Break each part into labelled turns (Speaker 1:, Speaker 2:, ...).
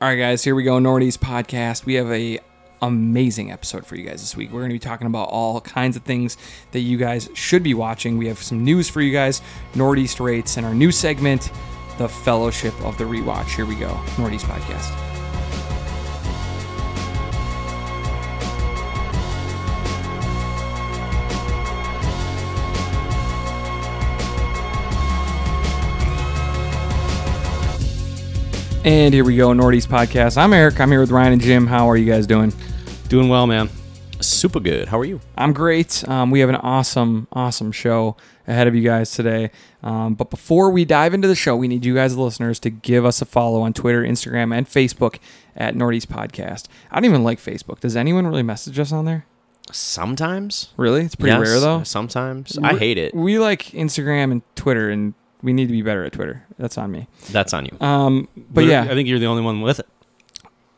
Speaker 1: All right, guys, here we go. Nordy's podcast. We have a amazing episode for you guys this week. We're going to be talking about all kinds of things that you guys should be watching. We have some news for you guys, Northeast rates, and our new segment, the Fellowship of the Rewatch. Here we go, Nordy's podcast. And here we go, Nordy's podcast. I'm Eric. I'm here with Ryan and Jim. How are you guys doing?
Speaker 2: Doing well, man. Super good. How are you?
Speaker 1: I'm great. Um, we have an awesome, awesome show ahead of you guys today. Um, but before we dive into the show, we need you guys, the listeners, to give us a follow on Twitter, Instagram, and Facebook at Nordy's Podcast. I don't even like Facebook. Does anyone really message us on there?
Speaker 2: Sometimes.
Speaker 1: Really? It's pretty
Speaker 2: Yes,
Speaker 1: rare, though.
Speaker 2: Sometimes. I hate it.
Speaker 1: We like Instagram and Twitter, and we need to be better at Twitter. That's on me.
Speaker 2: That's on you.
Speaker 1: Um, but yeah,
Speaker 3: I think you're the only one with it.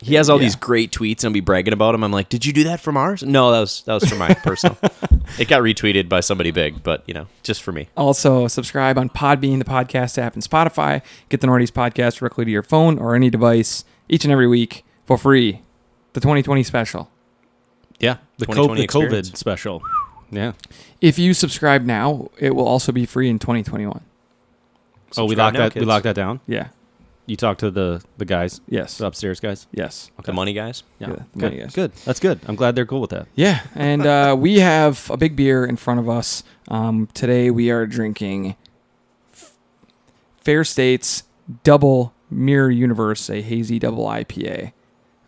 Speaker 2: He has all
Speaker 1: yeah.
Speaker 2: these great tweets and I'll be bragging about him. I'm like, did you do that from ours? No, that was that was for my personal. It got retweeted by somebody big, but you know, just for me.
Speaker 1: Also, subscribe on Podbean, the podcast app, and Spotify. Get the Nordies podcast directly to your phone or any device each and every week for free. The 2020 special.
Speaker 3: Yeah, the, co-
Speaker 2: 2020
Speaker 3: the COVID
Speaker 2: experience.
Speaker 3: special. Yeah.
Speaker 1: If you subscribe now, it will also be free in 2021.
Speaker 3: Oh, we
Speaker 2: Subscribe
Speaker 3: locked
Speaker 2: now,
Speaker 3: that. We
Speaker 2: kids.
Speaker 3: locked that down.
Speaker 1: Yeah.
Speaker 3: You talked to the the guys,
Speaker 1: Yes.
Speaker 3: the upstairs guys.
Speaker 1: Yes.
Speaker 2: The money guys.
Speaker 1: Yeah, the
Speaker 3: good.
Speaker 1: money guys.
Speaker 3: Good. That's good. I'm glad they're cool with that.
Speaker 1: Yeah. And uh, we have a big beer in front of us. Um, today we are drinking F- Fair States Double Mirror Universe, a hazy double IPA.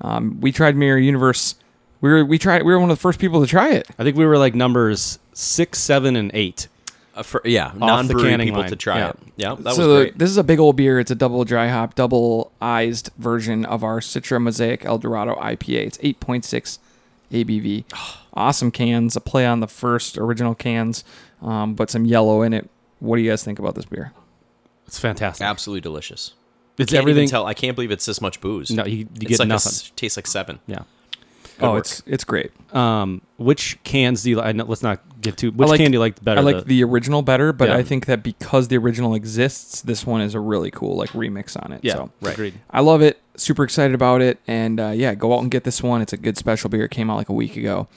Speaker 1: Um, we tried Mirror Universe. We were we tried we were one of the first people to try it.
Speaker 3: I think we were like numbers six, seven, and eight.
Speaker 2: Uh, for, yeah, non brewery
Speaker 3: canning
Speaker 2: people
Speaker 3: line.
Speaker 2: to try
Speaker 3: Yeah.
Speaker 2: it. Yeah, that
Speaker 1: so
Speaker 2: was
Speaker 1: the-
Speaker 2: great.
Speaker 1: this is a big old beer. It's a double dry hop, double ized version of our Citra Mosaic El Dorado IPA. It's 8.6 ABV. awesome cans, a play on the first original cans, um, but some yellow in it. What do you guys think about this beer?
Speaker 3: It's fantastic.
Speaker 2: Absolutely delicious.
Speaker 3: It's
Speaker 2: Can't
Speaker 3: everything.
Speaker 2: Even tell. I can't believe it's this much booze.
Speaker 3: No, you, you
Speaker 2: it's
Speaker 3: get
Speaker 2: like a
Speaker 3: nothing.
Speaker 2: s- tastes like seven.
Speaker 3: yeah.
Speaker 1: oh,
Speaker 2: work.
Speaker 1: it's it's great.
Speaker 3: Um, which cans do you like? Let's not get too. Which
Speaker 1: like-
Speaker 3: can do you like better?
Speaker 1: I like the, original better, but
Speaker 3: Yeah.
Speaker 1: I think that because the original exists, this one is a really cool like remix on it.
Speaker 3: yeah.
Speaker 1: so.
Speaker 2: Right.
Speaker 3: Agreed.
Speaker 1: I love it. Super excited about it. And uh, yeah, go out and get this one. It's a good special beer. It came out like a week ago.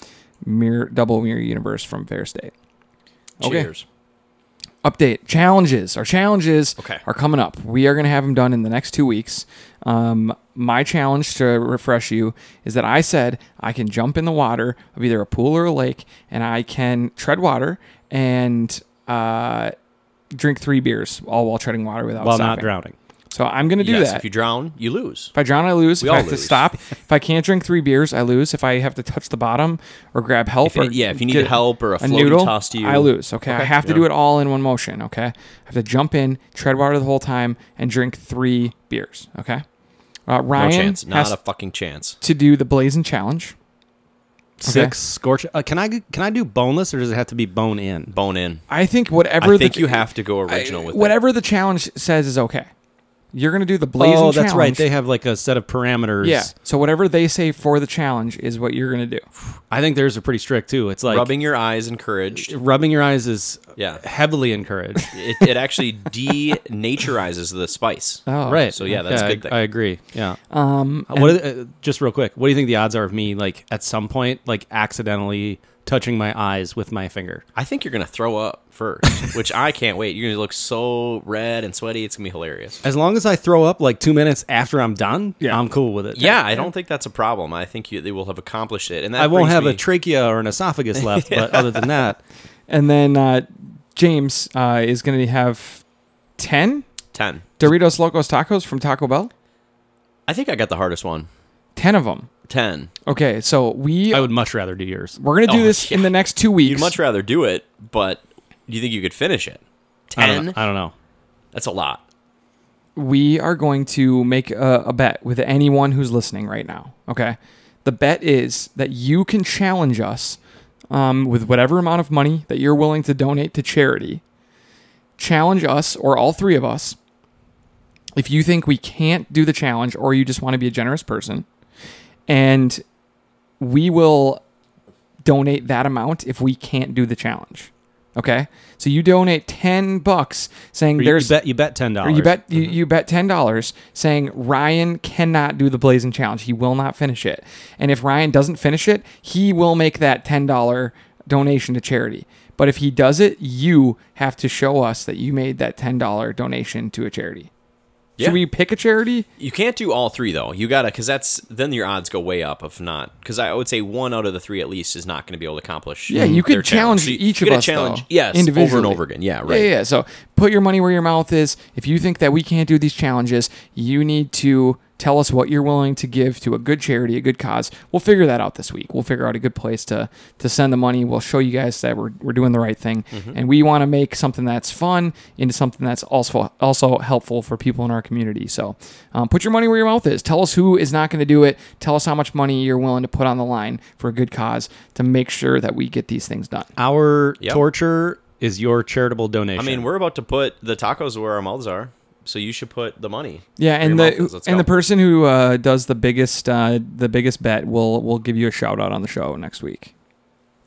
Speaker 1: Mirror, Double Mirror Universe from Fair State. Okay.
Speaker 2: Cheers.
Speaker 1: Update challenges. Our challenges
Speaker 2: Okay.
Speaker 1: are coming up. We are going to have them done in the next two weeks. Um, my challenge to refresh you is that I said I can jump in the water of either a pool or a lake, and I can tread water and uh, drink three beers all while treading water without
Speaker 3: While not
Speaker 1: stopping.
Speaker 3: drowning.
Speaker 1: So I'm going to do
Speaker 2: yes,
Speaker 1: that.
Speaker 2: if you drown, you lose.
Speaker 1: If I drown, I lose.
Speaker 2: We
Speaker 1: if I
Speaker 2: all
Speaker 1: have to
Speaker 2: lose.
Speaker 1: stop, if I can't drink three beers, I lose. If I have to touch the bottom or grab help,
Speaker 2: If you-
Speaker 1: or
Speaker 2: yeah, if you need
Speaker 1: get
Speaker 2: help or a floaty
Speaker 1: noodle,
Speaker 2: toss to you.
Speaker 1: I lose. Okay, I
Speaker 2: Okay.
Speaker 1: have to do it all in one motion. Okay, I have to jump in, tread water the whole time, and drink three beers. Okay, uh,
Speaker 2: No
Speaker 1: Ryan
Speaker 2: chance. Not
Speaker 1: has
Speaker 2: a fucking chance.
Speaker 1: to do the blazing challenge.
Speaker 3: Six scorch. Uh, can I can I do boneless or does it have to be bone in?
Speaker 2: Bone in.
Speaker 1: I think whatever
Speaker 2: I
Speaker 1: the,
Speaker 2: think you have to go original with it.
Speaker 1: whatever the challenge says is okay. You're gonna do the blazing.
Speaker 3: oh, that's right.
Speaker 1: challenge.
Speaker 3: They have like a set of parameters.
Speaker 1: yeah. So whatever they say for the challenge is what you're gonna do.
Speaker 3: I think theirs are pretty strict too. It's like
Speaker 2: Rubbing your eyes encouraged.
Speaker 3: rubbing your eyes is
Speaker 2: Yeah.
Speaker 3: heavily encouraged.
Speaker 2: It, it actually denaturizes the spice.
Speaker 1: Oh,
Speaker 3: right.
Speaker 2: So, yeah, that's a
Speaker 3: I-
Speaker 2: good thing.
Speaker 3: I, agree. Yeah. Um, what are the- uh, just real quick, what do you think the odds are of me like at some point like accidentally touching my eyes with my finger?
Speaker 2: I think you're gonna throw up first, which I can't wait. You're gonna look so red and sweaty. It's gonna be hilarious.
Speaker 3: As long as I throw up like 2 minutes after I'm done,
Speaker 1: Yeah.
Speaker 3: I'm cool with it.
Speaker 2: Yeah, I don't think that's a problem. I think you, they will have accomplished it, and that
Speaker 3: I won't
Speaker 2: brings
Speaker 3: have
Speaker 2: me,
Speaker 3: a trachea or an esophagus left, but other than that,
Speaker 1: And then uh, James uh, is going to have 10
Speaker 2: ten.
Speaker 1: Doritos Locos Tacos from Taco Bell.
Speaker 2: I think I got the hardest one.
Speaker 1: 10 of them.
Speaker 2: Ten.
Speaker 1: Okay, so we
Speaker 3: I would much rather do yours.
Speaker 1: we're going to do
Speaker 2: Oh,
Speaker 1: this in
Speaker 2: yeah.
Speaker 1: the next 2 weeks.
Speaker 2: You'd much rather do it, but do you think you could finish it?
Speaker 3: I don't,
Speaker 2: Ten.
Speaker 3: know. I don't know.
Speaker 2: That's a lot.
Speaker 1: we are going to make a, a bet with anyone who's listening right now. Okay. The bet is that you can challenge us um, with whatever amount of money that you're willing to donate to charity. Challenge us or all three of us. If you think we can't do the challenge or you just want to be a generous person, and we will donate that amount if we can't do the challenge. Okay, so you donate ten bucks, saying
Speaker 3: Or you, you
Speaker 1: there's
Speaker 3: bet you bet ten
Speaker 1: or
Speaker 3: dollars.
Speaker 1: you bet you,
Speaker 2: Mm-hmm.
Speaker 1: you bet ten dollars saying Ryan cannot do the blazing challenge. He will not finish it. And if Ryan doesn't finish it, he will make that ten dollar donation to charity. But if he does it, you have to show us that you made that ten dollar donation to a charity.
Speaker 2: Yeah.
Speaker 1: Should we pick a charity?
Speaker 2: You can't do all three though. You gotta because that's then your odds go way up if not. Because I would say one out of the three at least is not going to be able to accomplish.
Speaker 1: Yeah, you
Speaker 2: their
Speaker 1: could challenge
Speaker 2: So you-
Speaker 1: Mm. each
Speaker 2: you
Speaker 1: of
Speaker 2: gotta
Speaker 1: us
Speaker 2: Challenge,
Speaker 1: though,
Speaker 2: yes,
Speaker 1: individually
Speaker 2: over and over again. Yeah, right.
Speaker 1: Yeah, yeah. So put your money where your mouth is. If you think that we can't do these challenges, you need to tell us what you're willing to give to a good charity, a good cause. We'll figure that out this week. We'll figure out a good place to to send the money. We'll show you guys that we're we're doing the right thing, and we want to make something that's fun into something that's also also helpful for people in our community. So um, put your money where your mouth is. Tell us who is not going to do it. Tell us how much money you're willing to put on the line for a good cause to make sure that we get these things done.
Speaker 3: Our
Speaker 2: Yep.
Speaker 3: torture is your charitable donation.
Speaker 2: I mean, we're about to put the tacos where our mouths are, so you should put the money.
Speaker 1: Yeah,
Speaker 2: where
Speaker 1: and
Speaker 2: your
Speaker 1: the
Speaker 2: mouth is. Let's
Speaker 1: and
Speaker 2: go.
Speaker 1: the person who uh, does the biggest uh, the biggest bet will will give you a shout out on the show next week.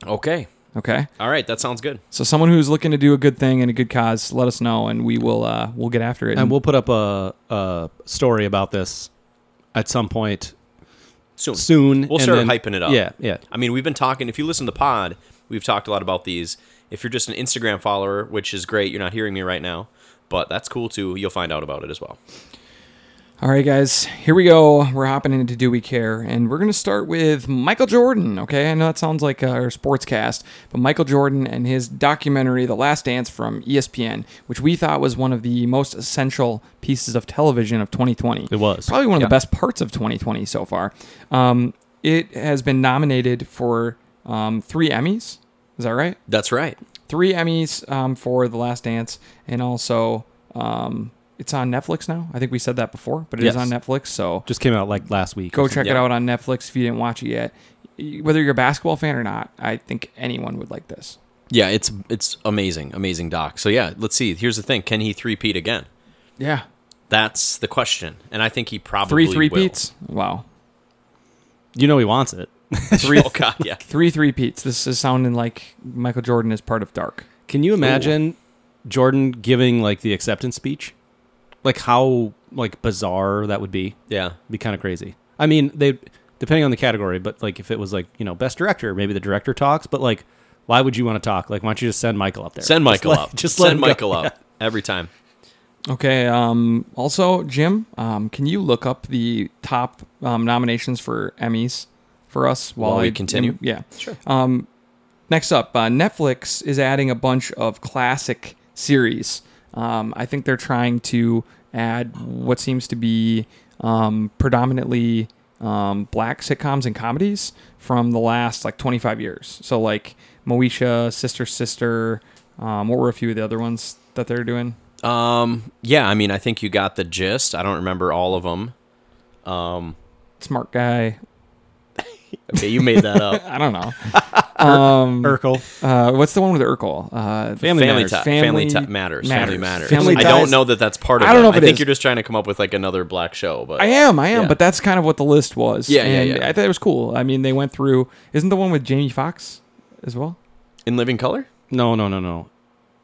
Speaker 2: okay.
Speaker 1: Okay,
Speaker 2: All right, that sounds good.
Speaker 1: so someone who's looking to do a good thing and a good cause, let us know, and we will uh, we'll get after it.
Speaker 3: and we'll put up a, a story about this at some point
Speaker 2: Soon.
Speaker 3: soon.
Speaker 2: We'll
Speaker 3: and
Speaker 2: start
Speaker 3: then-
Speaker 2: hyping it up.
Speaker 3: Yeah, yeah.
Speaker 2: I mean, we've been talking. If you listen to the pod, we've talked a lot about these. If you're just an Instagram follower, which is great, you're not hearing me right now, but that's cool too. You'll find out about it as well.
Speaker 1: All right, guys, here we go. We're hopping into Do We Care, and we're going to start with Michael Jordan. Okay, I know that sounds like uh, our sports cast, but Michael Jordan and his documentary, The Last Dance from E ESPN, which we thought was one of the most essential pieces of television of 2020.
Speaker 3: It was.
Speaker 1: Probably one of
Speaker 3: Yeah.
Speaker 1: the best parts of 2020 so far. Um, it has been nominated for um, three Emmys. Is that right?
Speaker 2: That's right.
Speaker 1: three Emmys um, for The Last Dance, and also um, it's on Netflix now. I think we said that before, but it is
Speaker 3: Yes.
Speaker 1: on Netflix. So
Speaker 3: Just came out like last week.
Speaker 1: go check it
Speaker 2: yeah.
Speaker 1: out on Netflix if you didn't watch it yet. Y- Whether you're a basketball fan or not, I think anyone would like this.
Speaker 2: Yeah, it's it's amazing, amazing doc. So yeah, let's see. Here's the thing: can he three peat again?
Speaker 1: Yeah,
Speaker 2: That's the question, and I think he probably
Speaker 1: three three
Speaker 2: will.
Speaker 1: peats. Wow,
Speaker 3: You know he wants it.
Speaker 2: Three, oh god, yeah.
Speaker 1: three three peats. This is sounding like Michael Jordan is part of Dark.
Speaker 3: Can you imagine Jordan giving like the acceptance speech? Like how like bizarre that would be.
Speaker 2: Yeah,
Speaker 3: be kind of crazy. I mean, they depending on the category, but like if it was like you know best director, maybe the director talks. But like, why would you want to talk? Like, why don't you just send Michael up there?
Speaker 2: send Michael
Speaker 3: just let-
Speaker 2: up.
Speaker 3: Just let
Speaker 2: send
Speaker 3: him go.
Speaker 2: Michael up every time.
Speaker 1: Okay. Um, also, Jim, um, can you look up the top um, nominations for Emmys for us while,
Speaker 2: While we
Speaker 1: I-
Speaker 2: continue?
Speaker 1: Yeah. Sure. Um, next up, uh, Netflix is adding a bunch of classic series. Um, I think they're trying to add what seems to be um, predominantly um, black sitcoms and comedies from the last like 25 years. So like Moesha, Sister Sister. Um, what were a few of the other ones that they're doing?
Speaker 2: Um, yeah, I mean, I think you got the gist. I don't remember all of them. Um,
Speaker 1: Smart guy.
Speaker 2: okay, you made that up.
Speaker 1: I don't know. um,
Speaker 3: Urkel.
Speaker 1: uh, what's the one with Urkel? Uh,
Speaker 3: Family Matters.
Speaker 2: Ti-
Speaker 1: Family
Speaker 2: family Ti- matters. Family
Speaker 1: Matters.
Speaker 2: matters.
Speaker 3: Family
Speaker 2: I don't
Speaker 3: Ties-
Speaker 2: know that that's part of.
Speaker 1: I don't
Speaker 2: it.
Speaker 1: know if
Speaker 2: I
Speaker 1: it
Speaker 2: think
Speaker 1: is.
Speaker 2: you're just trying to come up with like another black show, but
Speaker 1: I am, I am,
Speaker 2: Yeah.
Speaker 1: but that's kind of what the list was.
Speaker 2: Yeah, yeah,
Speaker 1: and
Speaker 2: yeah.
Speaker 1: I thought it was cool. I mean, they went through. Isn't the one with Jamie Foxx as well?
Speaker 2: in Living Color.
Speaker 3: No, no, no, no.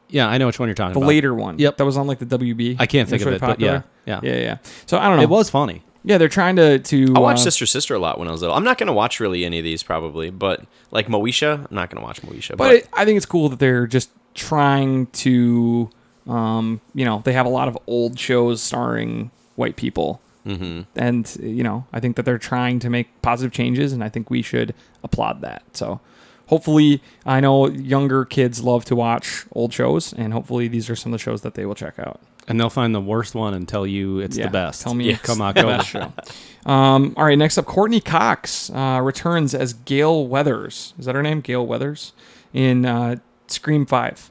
Speaker 3: Yeah, I know which one you're talking
Speaker 1: The
Speaker 3: about.
Speaker 1: later one.
Speaker 3: Yep.
Speaker 1: That was on like the WB.
Speaker 3: I can't think
Speaker 1: It
Speaker 3: of
Speaker 1: was
Speaker 3: it,
Speaker 1: really
Speaker 3: but yeah, yeah,
Speaker 1: popular. Yeah, yeah. So I don't know.
Speaker 3: It was funny.
Speaker 1: Yeah, they're trying to to.
Speaker 2: I watched
Speaker 1: uh,
Speaker 2: Sister Sister a lot when I was little. I'm not gonna watch really any of these probably, but like Moesha, I'm not gonna watch Moesha. But,
Speaker 1: but it, I think it's cool that they're just trying to, um, you know, they have a lot of old shows starring white people, mm-hmm. and you know, I think that they're trying to make positive changes, and I think we should applaud that. So, hopefully, I know younger kids love to watch old shows, and hopefully, these are some of the shows that they will check out.
Speaker 3: And they'll find the worst one and tell you it's
Speaker 1: Yeah,
Speaker 3: the best.
Speaker 1: Tell me,
Speaker 2: Yes.
Speaker 1: come
Speaker 3: come
Speaker 1: on,
Speaker 3: October.
Speaker 1: show. Um, all right, next up, Courtney Cox uh, returns as Gail Weathers. Is that her name? Gail Weathers in uh, Scream Five.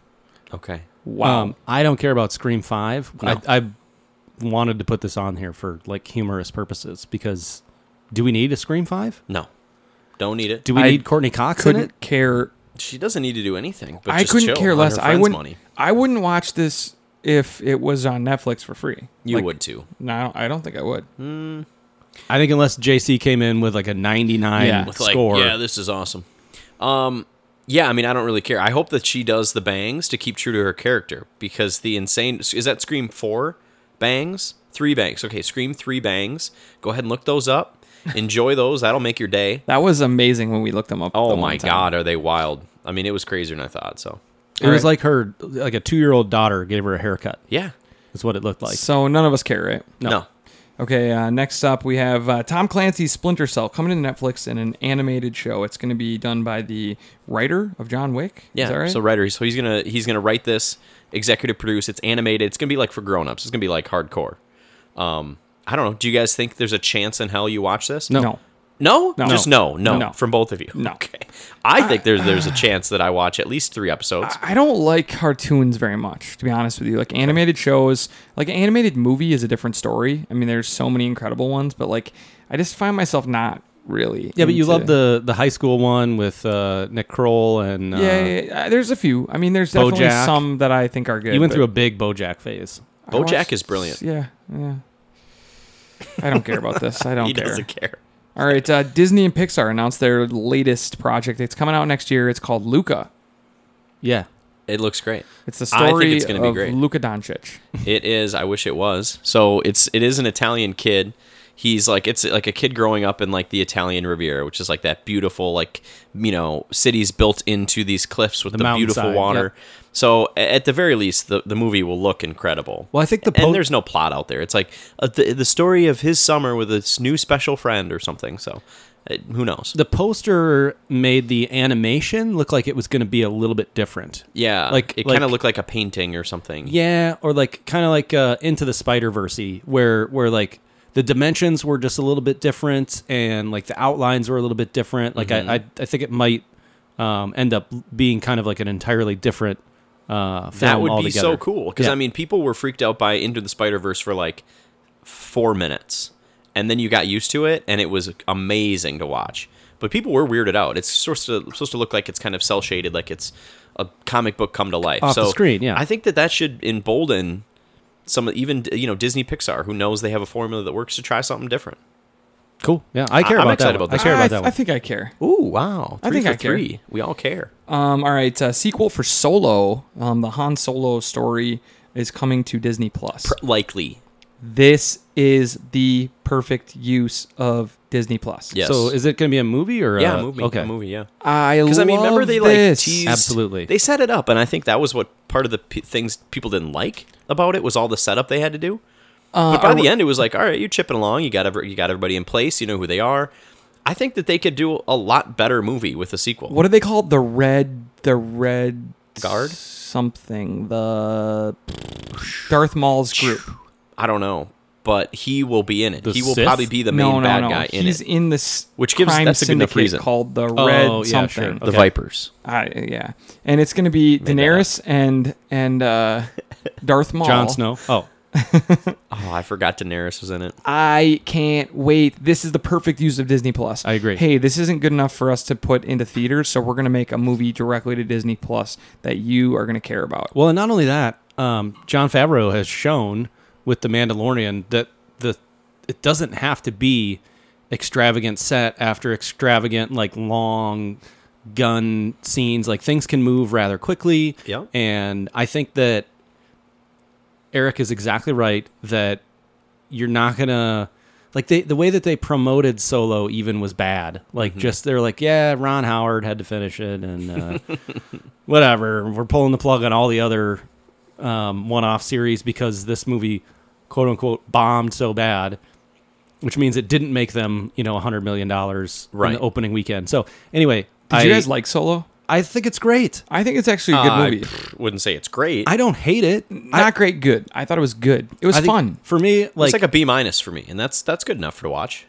Speaker 2: okay,
Speaker 1: Wow.
Speaker 3: Um, I don't care about Scream Five. I, I wanted to put this on here for like humorous purposes because do we need a Scream Five?
Speaker 2: no, don't need it.
Speaker 3: Do we
Speaker 1: I
Speaker 3: need Courtney Cox in it?
Speaker 1: couldn't care.
Speaker 2: She doesn't need to do anything. But
Speaker 1: I
Speaker 2: just
Speaker 1: couldn't
Speaker 2: chill
Speaker 1: care
Speaker 2: on
Speaker 1: less.
Speaker 2: her
Speaker 1: I
Speaker 2: friend's
Speaker 1: wouldn't.
Speaker 2: Money.
Speaker 1: I wouldn't watch this if it was on Netflix for free.
Speaker 2: You
Speaker 1: Like,
Speaker 2: would too.
Speaker 1: No, I don't think I would.
Speaker 3: I think unless JC came in with like a 99
Speaker 1: Yeah.
Speaker 2: With like,
Speaker 3: score.
Speaker 2: yeah, this is awesome. Um, Yeah, I mean, I don't really care. I hope that she does the bangs to keep true to her character because the insane is that Scream four bangs, three bangs. Okay, Scream three bangs. Go ahead and look those up. Enjoy those. That'll make your day.
Speaker 1: That was amazing when we looked them up.
Speaker 2: Oh
Speaker 1: the
Speaker 2: my
Speaker 1: one time.
Speaker 2: god, are they wild? I mean, it was crazier than I thought. So
Speaker 3: It
Speaker 1: Alright.
Speaker 3: was like her, like a two-year-old daughter gave her a haircut.
Speaker 2: yeah,
Speaker 3: That's what it looked like.
Speaker 1: So none of us care, right?
Speaker 2: no,
Speaker 1: Okay, uh, next up we have uh, Tom Clancy's Splinter Cell coming to Netflix in an animated show. It's going to be done by the writer of John Wick.
Speaker 2: yeah.
Speaker 1: Is that right?
Speaker 2: So writer, so he's gonna he's gonna write this, executive produce. It's animated. It's gonna be like for grown ups. It's gonna be like hardcore. Um, I don't know. Do you guys think there's a chance in hell you watch this?
Speaker 1: no.
Speaker 2: No?
Speaker 1: No.
Speaker 2: Just no, no,
Speaker 1: No.
Speaker 2: From both of you.
Speaker 1: No.
Speaker 2: Okay. I think there's there's a chance that I watch at least three episodes.
Speaker 1: I don't like cartoons very much, to be honest with you. Like animated shows, like an animated movie is a different story. I mean, there's so many incredible ones, but like I just find myself not really.
Speaker 3: Yeah, but you
Speaker 1: into-
Speaker 3: love the the high school one with uh, Nick Kroll and uh,
Speaker 1: Yeah, yeah, yeah. there's a few. I mean, there's definitely
Speaker 3: BoJack.
Speaker 1: some that I think are good.
Speaker 3: uh, you went
Speaker 1: but
Speaker 3: through a big BoJack phase.
Speaker 1: I
Speaker 2: BoJack
Speaker 1: watched-
Speaker 2: is brilliant.
Speaker 1: Yeah, yeah. I don't care about this. I don't
Speaker 2: he
Speaker 1: care.
Speaker 2: doesn't care.
Speaker 1: All right, uh, Disney and Pixar announced their latest project. It's coming out next year. It's called Luca.
Speaker 3: Yeah,
Speaker 2: It looks great.
Speaker 1: It's the
Speaker 2: I think
Speaker 1: story
Speaker 2: it's gonna be
Speaker 1: of
Speaker 2: great.
Speaker 1: Luca Doncic.
Speaker 2: It is. I wish it was. So it's it is an Italian kid. He's like it's like a kid growing up in like the Italian Riviera, which is like that beautiful like you know cities built into these cliffs with the, beautiful
Speaker 3: mountainside,
Speaker 2: water. So a- at the very least, the, the movie will look incredible.
Speaker 3: Well, I think the po-
Speaker 2: and there's no plot out there. It's like uh, the the story of his summer with his new special friend or something. So uh who knows?
Speaker 3: the poster made the animation look like it was going to be a little bit different.
Speaker 2: Yeah,
Speaker 3: like-
Speaker 2: it
Speaker 3: like-
Speaker 2: kind of looked like a painting or something.
Speaker 3: Yeah, or like kind of like uh, into the Spider Verse, where where like the dimensions were just a little bit different, and like the outlines were a little bit different. Like
Speaker 2: Mm-hmm.
Speaker 3: I, I I think it might um, end up being kind of like an entirely different uh, film
Speaker 2: that would be
Speaker 3: altogether.
Speaker 2: so cool because
Speaker 3: Yeah.
Speaker 2: I mean, people were freaked out by Into the Spider Verse for like four minutes, and then you got used to it, and it was amazing to watch. But people were weirded out. It's supposed to supposed to look like it's kind of cell shaded, like it's a comic book come to life.
Speaker 3: Off the
Speaker 2: so
Speaker 3: screen, yeah.
Speaker 2: I think that that should embolden some even you know Disney Pixar, who knows they have a formula that works to try something different.
Speaker 3: Cool. Yeah, I care
Speaker 2: I'm
Speaker 3: about
Speaker 2: excited
Speaker 3: that. One.
Speaker 2: about
Speaker 3: I care
Speaker 1: I,
Speaker 3: about
Speaker 1: th-
Speaker 3: that
Speaker 1: I
Speaker 3: one.
Speaker 1: think I care.
Speaker 2: Ooh, wow!
Speaker 1: I
Speaker 2: Three
Speaker 1: think
Speaker 2: for
Speaker 1: I care.
Speaker 2: three. We all care.
Speaker 1: Um, all right, uh, sequel for Solo, um, the Han Solo story is coming to Disney Plus.
Speaker 2: Likely,
Speaker 1: this is the perfect use of Disney Plus.
Speaker 2: yes.
Speaker 3: So is it going to be a movie or
Speaker 2: yeah,
Speaker 3: a,
Speaker 2: a movie,
Speaker 3: Okay,
Speaker 2: a movie, yeah.
Speaker 1: I
Speaker 2: Because
Speaker 1: love
Speaker 2: I mean, remember they like
Speaker 1: this.
Speaker 2: teased
Speaker 3: Absolutely.
Speaker 2: They set it up, and I think that was what part of the p- things people didn't like about it was all the setup they had to do.
Speaker 1: Uh,
Speaker 2: but by the end, it was like, all right, you're chipping along. You got every, you got everybody in place. You know who they are. I think that they could do a lot better movie with a sequel.
Speaker 1: What do they call it? the red? The red
Speaker 2: Guard?
Speaker 1: something. The Darth Maul's group.
Speaker 2: I don't know, but he will be in it.
Speaker 3: The
Speaker 2: he will
Speaker 3: Sith?
Speaker 2: probably be the main
Speaker 1: no, no,
Speaker 2: bad
Speaker 1: no.
Speaker 2: guy in
Speaker 1: He's
Speaker 2: it.
Speaker 1: in this
Speaker 2: Which gives-
Speaker 1: crime
Speaker 2: that's a good enough
Speaker 1: syndicate
Speaker 2: reason.
Speaker 1: called the
Speaker 3: Oh,
Speaker 1: Red
Speaker 3: yeah, sure.
Speaker 1: something.
Speaker 2: The
Speaker 3: Okay.
Speaker 2: Vipers.
Speaker 1: I- yeah, and it's gonna be
Speaker 2: that
Speaker 1: Daenerys and and uh, Darth Maul.
Speaker 3: Jon Snow. Oh,
Speaker 2: Oh, I forgot Daenerys was in it.
Speaker 1: I can't wait. This is the perfect use of Disney Plus.
Speaker 3: I agree.
Speaker 1: Hey, this isn't good enough for us to put into theaters, so we're gonna make a movie directly to Disney Plus that you are gonna care about.
Speaker 3: Well, and not only that, um, John Favreau has shown with the Mandalorian that the it doesn't have to be extravagant set after extravagant like long gun scenes. Like things can move rather quickly.
Speaker 2: Yeah.
Speaker 3: and I think that Eric is exactly right that you're not gonna like they, the way that they promoted solo even was bad like just they're like yeah ron howard had to finish it and uh, whatever we're pulling the plug on all the other um, one-off series because this movie quote unquote bombed so bad which means it didn't make them you know 100 million dollars in
Speaker 2: Right.
Speaker 3: the opening weekend so anyway
Speaker 1: Did
Speaker 3: I,
Speaker 1: you guys like Solo?
Speaker 3: I think it's great
Speaker 1: I think it's actually a good
Speaker 2: Uh, I
Speaker 1: movie.
Speaker 2: pff, wouldn't say it's great.
Speaker 3: i don't hate it I-
Speaker 1: Not great, good. I thought it was good. It was
Speaker 3: I think
Speaker 1: fun.
Speaker 3: for me like,
Speaker 2: it's like a B minus for me, and that's that's good enough for to watch.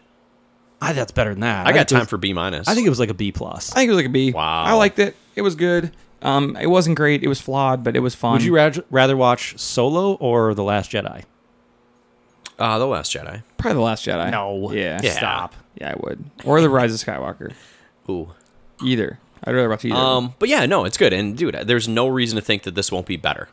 Speaker 3: I, that's better than that
Speaker 2: I got
Speaker 3: think it
Speaker 2: time
Speaker 3: was-
Speaker 2: for B minus.
Speaker 3: i think it was like a b plus
Speaker 1: I think it was like a B.
Speaker 2: Wow.
Speaker 1: I liked it. It was good. Um, it wasn't great. It was flawed, but it was fun.
Speaker 3: Would you raj- rather watch Solo or The Last Jedi?
Speaker 2: uh, the Last Jedi.
Speaker 1: Probably the Last Jedi. Yeah.
Speaker 2: Yeah.
Speaker 3: Stop.
Speaker 1: Yeah, I would. Or the Rise of Skywalker.
Speaker 2: Ooh.
Speaker 1: Either. I'd rather watch either.
Speaker 2: Um, but yeah, no, it's good. And dude, there's no reason to think that this won't be better.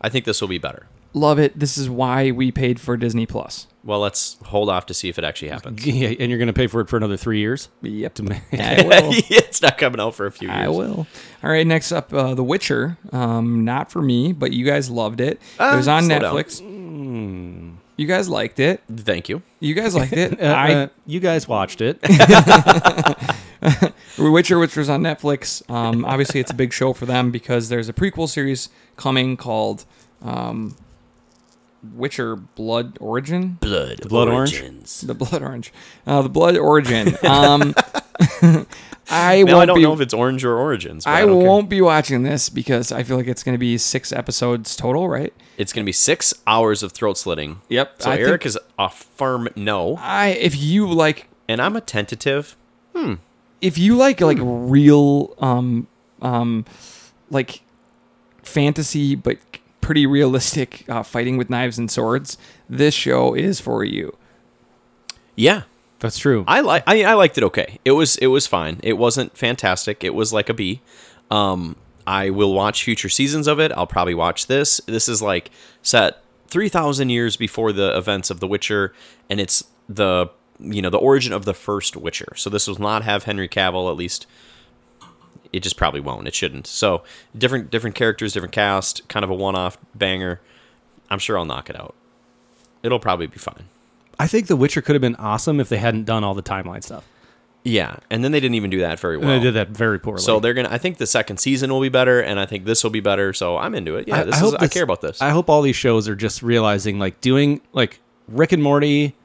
Speaker 2: I think this will be better.
Speaker 1: love it. This is why we paid for Disney Plus.
Speaker 2: Well, let's hold off to see if it actually happens.
Speaker 3: Yeah, and you're going to pay for it for another three years.
Speaker 1: Yep.
Speaker 3: To make-
Speaker 1: I will.
Speaker 2: it's not coming out for a few years.
Speaker 1: I will. All right, next up, uh, The Witcher. Um, not for me, but you guys loved it. it was on
Speaker 2: slow down.
Speaker 1: Netflix. You guys liked it.
Speaker 2: Thank you.
Speaker 1: You guys liked it.
Speaker 3: Uh,
Speaker 1: I
Speaker 3: uh, you guys watched it.
Speaker 1: The Witcher, which was on Netflix. Um, obviously, it's a big show for them because there's a prequel series coming called um, Witcher Blood Origin.
Speaker 2: Blood,
Speaker 3: blood orange?
Speaker 2: origins.
Speaker 1: The Blood Orange. Uh, the Blood Origin. Um, I
Speaker 2: Now
Speaker 1: won't
Speaker 2: I don't
Speaker 1: be,
Speaker 2: know if it's orange or origins. but I,
Speaker 1: I,
Speaker 2: don't care.
Speaker 1: won't be watching this because I feel like it's going to be six episodes total, right?
Speaker 2: It's going to be six hours of throat slitting.
Speaker 1: Yep.
Speaker 2: So
Speaker 1: I think-
Speaker 2: Eric is a firm no,
Speaker 1: I if you like
Speaker 2: and I'm a tentative.
Speaker 1: if you like like
Speaker 2: Hmm.
Speaker 1: real um um like fantasy but c- pretty realistic uh, fighting with knives and swords this show is for you
Speaker 2: Yeah,
Speaker 3: That's true.
Speaker 2: I like. I, I liked it. Okay, it was it was fine. It wasn't fantastic. It was like a B. Um, I will watch future seasons of it. I'll probably watch this. This is like set three thousand years before the events of The Witcher, and it's the you know the origin of the first Witcher. So this will not have Henry Cavill. At least it just probably won't. It shouldn't. So different different characters, different cast, kind of a one off banger. I'm sure I'll knock it out. It'll probably be fine.
Speaker 3: I think The Witcher could have been awesome if they hadn't done all the timeline stuff.
Speaker 2: Yeah, and then they didn't even do that very well.
Speaker 3: And they did that very poorly.
Speaker 2: So they're gonna. I think the second season will be better, and I think this will be better. So I'm into it. Yeah, this is. I
Speaker 3: this-
Speaker 2: care about this.
Speaker 3: I hope all these shows are just realizing like doing like Rick and Morty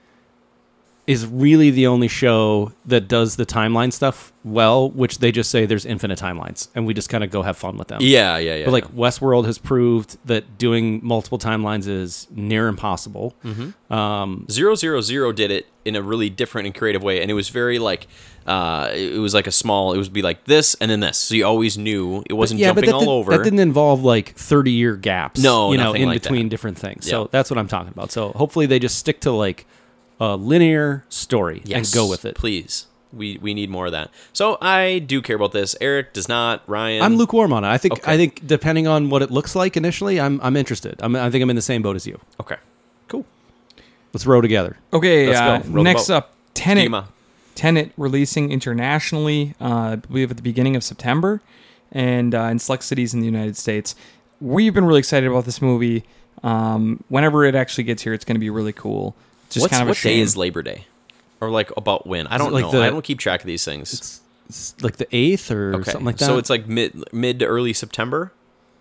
Speaker 3: is really the only show that does the timeline stuff well, which they just say there's infinite timelines and we just kind of go have fun with them.
Speaker 2: yeah, yeah, yeah.
Speaker 3: But like Westworld has proved that doing multiple timelines is near impossible. Um,
Speaker 2: Zero Zero Zero did it in a really different and creative way, and it was very like. Uh, it was like a small. It was be like this and then this. So you always knew it wasn't
Speaker 3: yeah, but
Speaker 2: jumping
Speaker 3: that,
Speaker 2: all
Speaker 3: did,
Speaker 2: over.
Speaker 3: that didn't involve like 30 year gaps.
Speaker 2: No,
Speaker 3: you know,
Speaker 2: nothing
Speaker 3: in
Speaker 2: like that.
Speaker 3: between different things.
Speaker 2: Yeah.
Speaker 3: So that's what I'm talking about. So hopefully they just stick to like a linear story and go with it.
Speaker 2: please. We we need more of that. So I do care about this. Eric does not. Ryan.
Speaker 3: I'm lukewarm on it. I think
Speaker 2: Okay.
Speaker 3: I think depending on what it looks like initially, I'm I'm interested. I'm, I think I'm in the same boat as you.
Speaker 2: Okay. Cool.
Speaker 3: Let's row together.
Speaker 1: okay
Speaker 2: Let's go.
Speaker 1: uh,
Speaker 2: Roll the
Speaker 1: next
Speaker 2: boat.
Speaker 1: up tenet
Speaker 2: Schema.
Speaker 1: tenet releasing internationally uh, i believe at the beginning of september and uh, in select cities in the united states we've been really excited about this movie um, whenever it actually gets here it's going to be really cool just
Speaker 2: What's,
Speaker 1: kind of a
Speaker 2: what day
Speaker 1: shame.
Speaker 2: is Labor Day? Or like about when? I don't
Speaker 3: like
Speaker 2: know.
Speaker 3: the-
Speaker 2: I don't keep track of these things.
Speaker 3: It's, it's like the eighth or something like that.
Speaker 2: So it's like mid mid to early September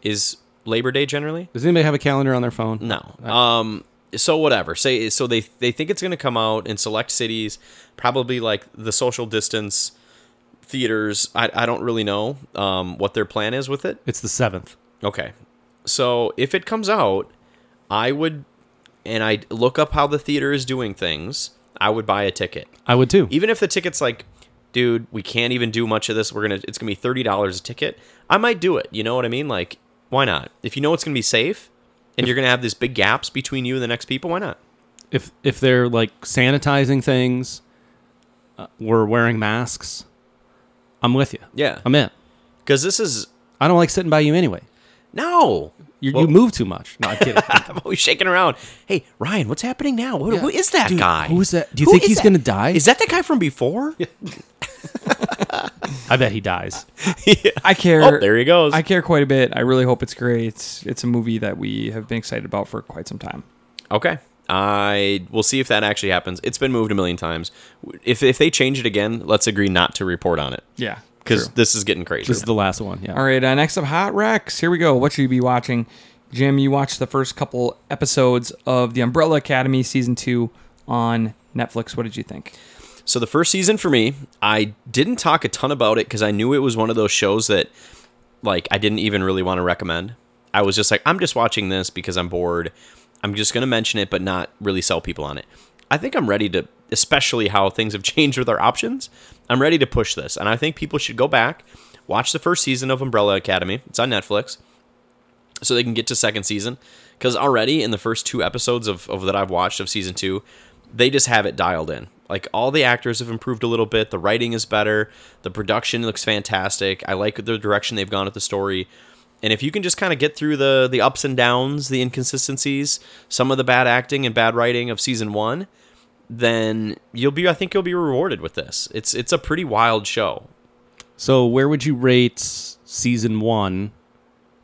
Speaker 2: is Labor Day generally?
Speaker 3: does anybody have a calendar on their phone?
Speaker 2: No. Um so whatever. Say so they they think it's going to come out in select cities, probably like the social distance theaters. I I don't really know um what their plan is with it.
Speaker 3: It's the seventh.
Speaker 2: Okay. So if it comes out, I would and I look up how the theater is doing things. I would buy a ticket
Speaker 3: I would too.
Speaker 2: even if the ticket's like dude we can't even do much of this we're gonna it's gonna be $30 a ticket i might do it you know what i mean like why not if you know it's gonna be safe and you're gonna have these big gaps between you and the next people why not
Speaker 3: If if they're like sanitizing things, uh, we're wearing masks. I'm with you.
Speaker 2: yeah
Speaker 3: I'm in.
Speaker 2: because Um, this is
Speaker 3: I don't like sitting by you anyway.
Speaker 2: no
Speaker 3: You,
Speaker 2: Well-
Speaker 3: you move too much. No, I'm kidding.
Speaker 2: i'm always shaking around hey ryan what's happening now What- who is that
Speaker 3: Dude,
Speaker 2: guy
Speaker 3: who is that? Do you
Speaker 2: Who
Speaker 3: think
Speaker 2: is
Speaker 3: he's
Speaker 2: that?
Speaker 3: gonna die?
Speaker 2: is that the guy from before
Speaker 3: I bet he dies.
Speaker 1: I care.
Speaker 2: Oh, there he goes.
Speaker 1: I care quite a bit. I really hope it's great. It's, it's a movie that we have been excited about for quite some time.
Speaker 2: Okay. I will see if that actually happens. It's been moved a million times. If, if they change it again, let's agree not to report on it
Speaker 1: Yeah.
Speaker 2: because
Speaker 1: true.
Speaker 2: this is getting crazy.
Speaker 3: This is the last one. Yeah.
Speaker 1: all right. Uh, next up, Hot Rex. Here we go. What should you be watching? Jim, you watched the first couple episodes of The Umbrella Academy season two on Netflix. What did you think?
Speaker 2: So the first season for me, I didn't talk a ton about it because I knew it was one of those shows that, like, I didn't even really want to recommend. I was just like, I'm just watching this because I'm bored. I'm just gonna mention it, but not really sell people on it. I think I'm ready to, especially how things have changed with our options. I'm ready to push this, and I think people should go back, watch the first season of Umbrella Academy. It's on Netflix so they can get to second season because already in the first two episodes of, of that i've watched of season two they just have it dialed in like all the actors have improved a little bit the writing is better the production looks fantastic i like the direction they've gone with the story And if you can just kind of get through the the ups and downs, the inconsistencies, some of the bad acting and bad writing of season 1, then you'll be I think you'll be rewarded with this. It's it's a pretty wild show.
Speaker 3: So, where would you rate season one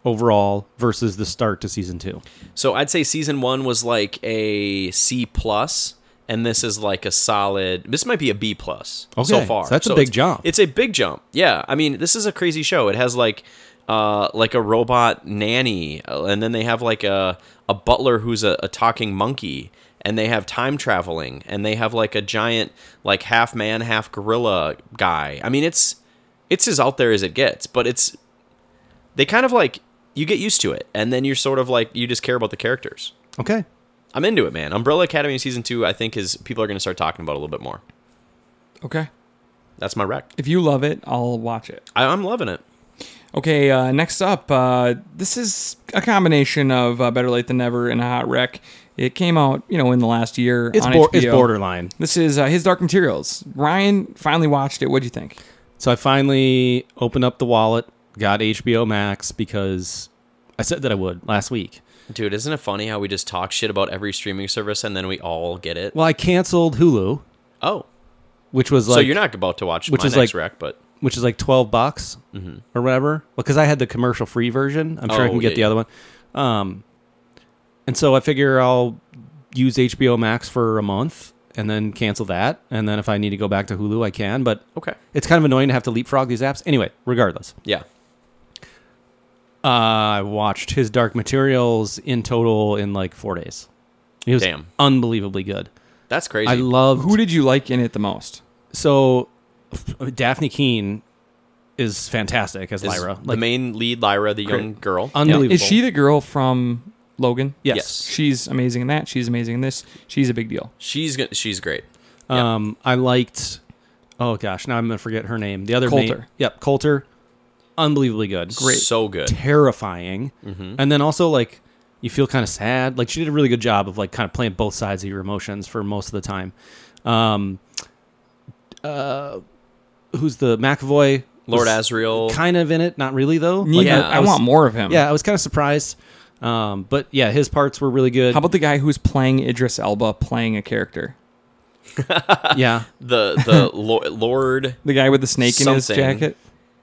Speaker 3: overall versus the start to season two?
Speaker 2: So I'd say season one was like a C plus, and this is like a solid. This might be a B plus so
Speaker 3: Okay,
Speaker 2: far.
Speaker 3: so that's a big
Speaker 2: it's-
Speaker 3: jump.
Speaker 2: It's a big jump. Yeah, I mean this is a crazy show. It has like, uh, like a robot nanny, uh, and then they have like a a butler who's a, a talking monkey. And they have time traveling, and they have like a giant, like half man, half gorilla guy. I mean, it's it's as out there as it gets, but it's they kind of like you get used to it, and then you're sort of like you just care about the characters.
Speaker 3: Okay.
Speaker 2: I'm into it, man. Umbrella Academy season two, I think is people are going to start talking about it a little bit more.
Speaker 1: Okay.
Speaker 2: That's my rec.
Speaker 1: If you love it, I'll watch it.
Speaker 2: I, I'm loving it.
Speaker 1: Okay, uh, next up, uh, this is a combination of uh, Better Late Than Never and a Hot Wreck. It came out, you know, in the last year.
Speaker 3: It's,
Speaker 1: on
Speaker 3: bor- it's
Speaker 1: HBO.
Speaker 3: borderline.
Speaker 1: This is uh, His Dark Materials. Ryan finally watched it. What'd you think?
Speaker 3: So I finally opened up the wallet, got HBO Max because I said that I would last week.
Speaker 2: Dude, isn't it funny how we just talk shit about every streaming service and then we all get it?
Speaker 3: Well, I canceled Hulu,
Speaker 2: Oh,
Speaker 3: which was like
Speaker 2: so you're not about to watch
Speaker 3: which
Speaker 2: my
Speaker 3: is
Speaker 2: next
Speaker 3: like-
Speaker 2: rec, but
Speaker 3: which is like 12 bucks or whatever because i had the commercial free version i'm sure i
Speaker 2: Mm-hmm. Oh,
Speaker 3: can get
Speaker 2: yeah,
Speaker 3: the
Speaker 2: yeah.
Speaker 3: other one um, and so i figure i'll use hbo max for a month and then cancel that and then if i need to go back to hulu i can but
Speaker 2: okay,
Speaker 3: it's kind of annoying to have to leapfrog these apps anyway regardless
Speaker 2: yeah,
Speaker 3: uh, i watched his dark materials in total in like four days it was
Speaker 2: Damn.
Speaker 3: unbelievably good
Speaker 2: that's crazy.
Speaker 3: i love
Speaker 1: Who did you like in it the most?
Speaker 3: so uh, daphne keene is fantastic as
Speaker 2: Is
Speaker 3: lyra
Speaker 2: the main lead, Lyra, the young girl.
Speaker 3: unbelievable
Speaker 1: Is she the girl from Logan?
Speaker 3: yes.
Speaker 2: Yes.
Speaker 1: She's amazing in that. She's amazing in this. She's a big deal.
Speaker 2: She's go- she's great. Yeah.
Speaker 3: Um, I liked. Oh gosh, now I'm gonna forget her name. The other main-
Speaker 1: Coulter.
Speaker 3: yep, Coulter. Unbelievably good.
Speaker 1: Great.
Speaker 2: so good.
Speaker 3: Terrifying. And then also like you feel kind of sad. Like she did a really good job of like kind of playing both sides of your emotions for most of the time. Um, uh, who's the McAvoy?
Speaker 2: Lord
Speaker 3: was
Speaker 2: Asriel.
Speaker 3: Kind of in it, not really though.
Speaker 1: Need-
Speaker 2: yeah,
Speaker 1: I,
Speaker 3: was-
Speaker 1: want more of him.
Speaker 3: Yeah, I was kind of surprised. Um, but yeah, his parts were really good.
Speaker 1: How about the guy who's playing Idris Elba playing a character?
Speaker 3: yeah.
Speaker 2: the the lo- Lord.
Speaker 1: The guy with the snake in his
Speaker 2: Something.
Speaker 1: jacket?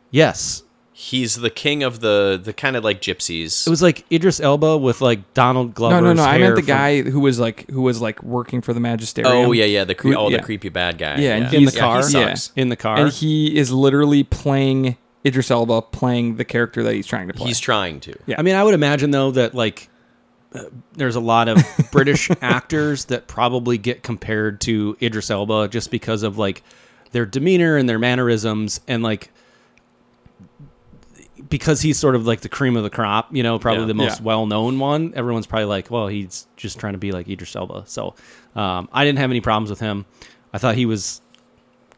Speaker 3: Yes.
Speaker 2: He's the king of the the kind of like gypsies.
Speaker 3: It was like Idris Elba with like Donald Glover.
Speaker 1: No, no, no. I meant the guy who was like who was like working for the magisterium.
Speaker 2: oh yeah, yeah. The cre-
Speaker 1: Who-
Speaker 2: oh
Speaker 1: yeah.
Speaker 2: the creepy bad guy.
Speaker 1: Yeah, and
Speaker 3: in the
Speaker 1: he's-
Speaker 3: car.
Speaker 2: he sucks.
Speaker 1: yeah.
Speaker 3: in the car.
Speaker 1: And he is literally playing Idris Elba playing the character that he's trying to play.
Speaker 2: He's trying to.
Speaker 1: Yeah.
Speaker 3: I mean, I would imagine though that like uh, there's a lot of British actors that probably get compared to Idris Elba just because of like their demeanor and their mannerisms and like because he's sort of like the cream of the crop, you know, probably
Speaker 2: Yeah.
Speaker 3: the most
Speaker 1: Yeah.
Speaker 3: well-known one. Everyone's probably like, well, he's just trying to be like Idris Elba. So, um, I didn't have any problems with him. I thought he was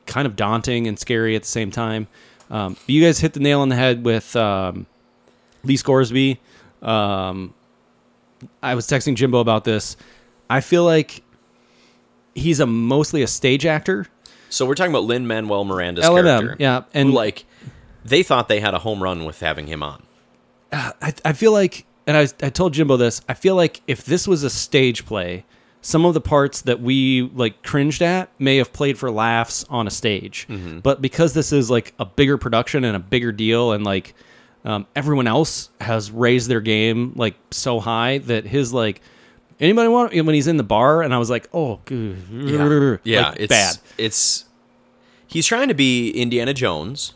Speaker 3: kind of daunting and scary at the same time. Um, but you guys hit the nail on the head with um, Lee Scoresby. Um, I was texting Jimbo about this. I feel like he's a mostly a stage actor.
Speaker 2: So we're talking about Lin Manuel Miranda's
Speaker 3: LMM,
Speaker 2: character.
Speaker 3: yeah, and-
Speaker 2: and like they thought they had a home run with having him on.
Speaker 3: I, I feel like, and I, I told Jimbo this, I feel like if this was a stage play, some of the parts that we like cringed at may have played for laughs on a stage.
Speaker 2: Mm-hmm.
Speaker 3: But because this is like a bigger production and a bigger deal, and like um, everyone else has raised their game like so high that his like, anybody want, when he's in the bar, and I was like, oh, yeah,
Speaker 2: Yeah,
Speaker 3: like,
Speaker 2: it's
Speaker 3: bad.
Speaker 2: It's he's trying to be Indiana Jones,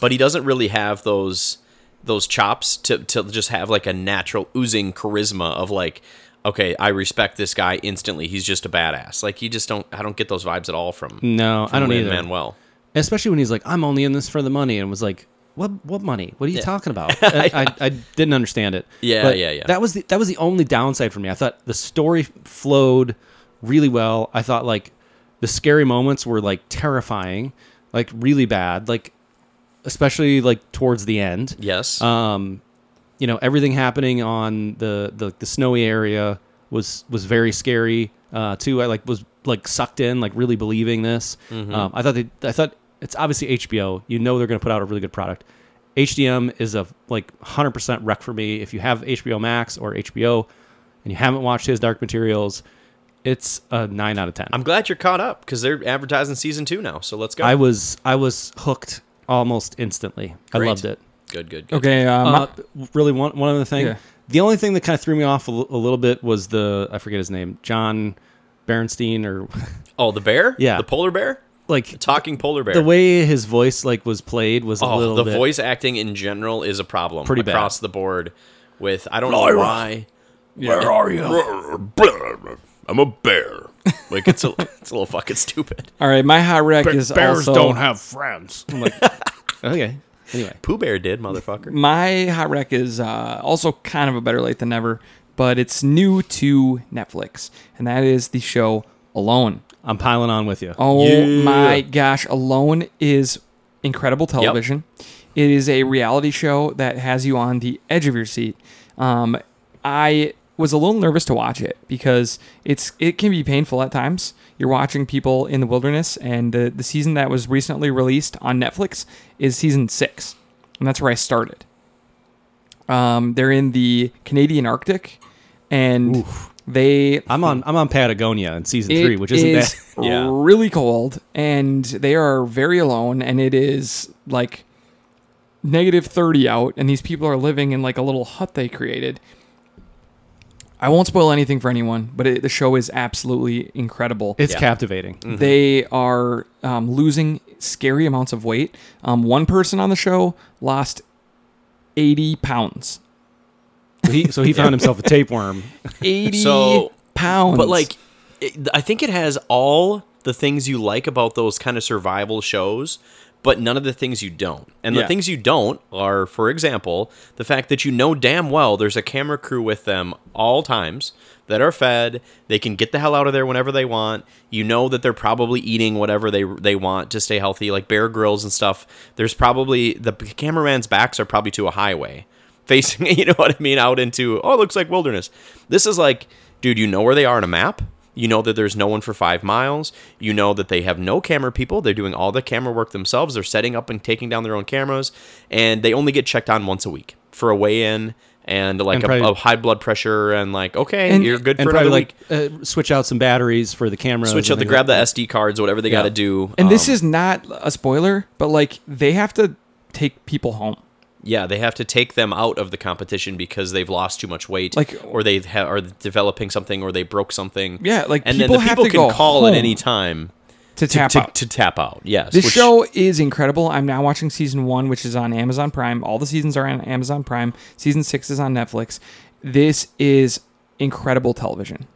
Speaker 2: but he doesn't really have those those chops to to just have like a natural oozing charisma of like okay, I respect this guy instantly. He's just a badass. Like you just don't I don't get those vibes at all from
Speaker 3: No, Mm, I don't
Speaker 2: Lin
Speaker 3: either.
Speaker 2: Manuel.
Speaker 3: especially when he's like, "I'm only in this for the money," and was like, "What? What money? What are you talking about?" I, I, I didn't understand it.
Speaker 2: Yeah, yeah, yeah.
Speaker 3: That was the that was the only downside for me. I thought the story flowed really well. I thought like the scary moments were like terrifying, like really bad, like especially like towards the end
Speaker 2: Yes.
Speaker 3: Um, you know everything happening on the the, the snowy area was was very scary uh, too. I like was like sucked in, like really
Speaker 2: Mm-hmm.
Speaker 3: believing this. Um, I thought they, I thought it's obviously HBO. You know they're going to put out a really good product. HDM is a like 100% wreck for me. If you have HBO Max or HBO and you haven't watched his Dark Materials, it's a 9 out of 10.
Speaker 2: I'm glad you're caught up because they're advertising season two now. So let's go.
Speaker 3: I was I was hooked almost instantly. I
Speaker 2: Great.
Speaker 3: loved it.
Speaker 2: Good, good, good.
Speaker 1: Okay. Uh, my-
Speaker 3: Uh, really, one one other thing.
Speaker 1: Yeah.
Speaker 3: The only thing that kind of threw me off a li- a little bit was the I forget his name, John Berenstein, or
Speaker 2: Oh, the bear?
Speaker 3: Yeah.
Speaker 2: The polar bear?
Speaker 3: like
Speaker 2: The talking polar bear.
Speaker 3: the way his voice like was played was a
Speaker 2: oh,
Speaker 3: little
Speaker 2: the
Speaker 3: bit-
Speaker 2: voice acting in general is a problem
Speaker 3: Pretty bad.
Speaker 2: across the board with I don't know why.
Speaker 1: yeah.
Speaker 2: are you? I'm a bear. Like it's a it's a little fucking stupid.
Speaker 1: All right. My hot wreck is also
Speaker 3: have friends. I'm like, okay. Anyway,
Speaker 2: Pooh Bear did, motherfucker.
Speaker 1: my hot wreck is uh, also kind of a better late than never, but it's new to Netflix, and that is the show Alone.
Speaker 3: I'm piling on with you.
Speaker 1: Oh
Speaker 2: Yeah.
Speaker 1: my gosh, Alone is incredible television. It is a reality show that has you on the edge of your seat. Um, I was a little nervous to watch it because it's it can be painful at times. You're watching people in the wilderness, and the, the season that was recently released on Netflix is season six, and that's where I started. Um, they're in the Canadian Arctic, and they
Speaker 3: I'm on I'm on Patagonia in season
Speaker 1: it
Speaker 3: three, which isn't
Speaker 1: is
Speaker 3: that.
Speaker 2: Yeah.
Speaker 1: really cold, and they are very alone, and it is like negative thirty out, and these people are living in like a little hut they created. I won't spoil anything for anyone, but it, the show is absolutely incredible.
Speaker 3: It's
Speaker 2: Yeah. Mm.
Speaker 3: captivating.
Speaker 1: They are um, losing scary amounts of weight. Um, one person on the show lost eighty pounds.
Speaker 3: He, so he found himself a tapeworm.
Speaker 1: Eighty
Speaker 2: So-
Speaker 1: pounds,
Speaker 2: But like it, I think it has all the things you like about those kind of survival shows, but none of the things you don't. And
Speaker 1: Yeah.
Speaker 2: the things you don't are, for example, the fact that you know damn well there's a camera crew with them all times that are fed, they can get the hell out of there whenever they want. You know that they're probably eating whatever they they want to stay healthy, like bear grills and stuff. There's probably the cameraman's backs are probably to a highway facing, you know what I mean, out into oh, it looks like wilderness. This is like, dude, you know where they are on a map. You know that there's no one for five miles. You know that they have no camera people. They're doing all the camera work themselves. They're setting up and taking down their own cameras, and they only get checked on once a week for a weigh-in and like
Speaker 3: And
Speaker 2: a,
Speaker 3: probably-
Speaker 2: a high blood pressure and like okay,
Speaker 1: And-
Speaker 2: you're good
Speaker 3: and
Speaker 2: for
Speaker 3: probably
Speaker 2: another
Speaker 3: like
Speaker 2: week.
Speaker 3: uh, switch out some batteries for the camera.
Speaker 2: Switch out the grab the SD cards, whatever they got to do.
Speaker 1: and this
Speaker 2: Um,
Speaker 1: is not a spoiler, but like they have to take people home.
Speaker 2: yeah, they have to take them out of the competition because they've lost too much weight,
Speaker 1: Like-
Speaker 2: or they ha- are developing something, or they broke something.
Speaker 1: Yeah, like,
Speaker 2: and
Speaker 1: people
Speaker 2: then
Speaker 1: have
Speaker 2: the people
Speaker 1: to
Speaker 2: can
Speaker 1: go
Speaker 2: call
Speaker 1: home
Speaker 2: at any time
Speaker 1: to
Speaker 2: to
Speaker 1: tap
Speaker 2: to,
Speaker 1: out.
Speaker 2: to tap out. Yes,
Speaker 1: this
Speaker 2: which-
Speaker 1: show is incredible. I'm now watching season one, which is on Amazon Prime. All the seasons are on Amazon Prime. Season six is on Netflix. This is incredible television.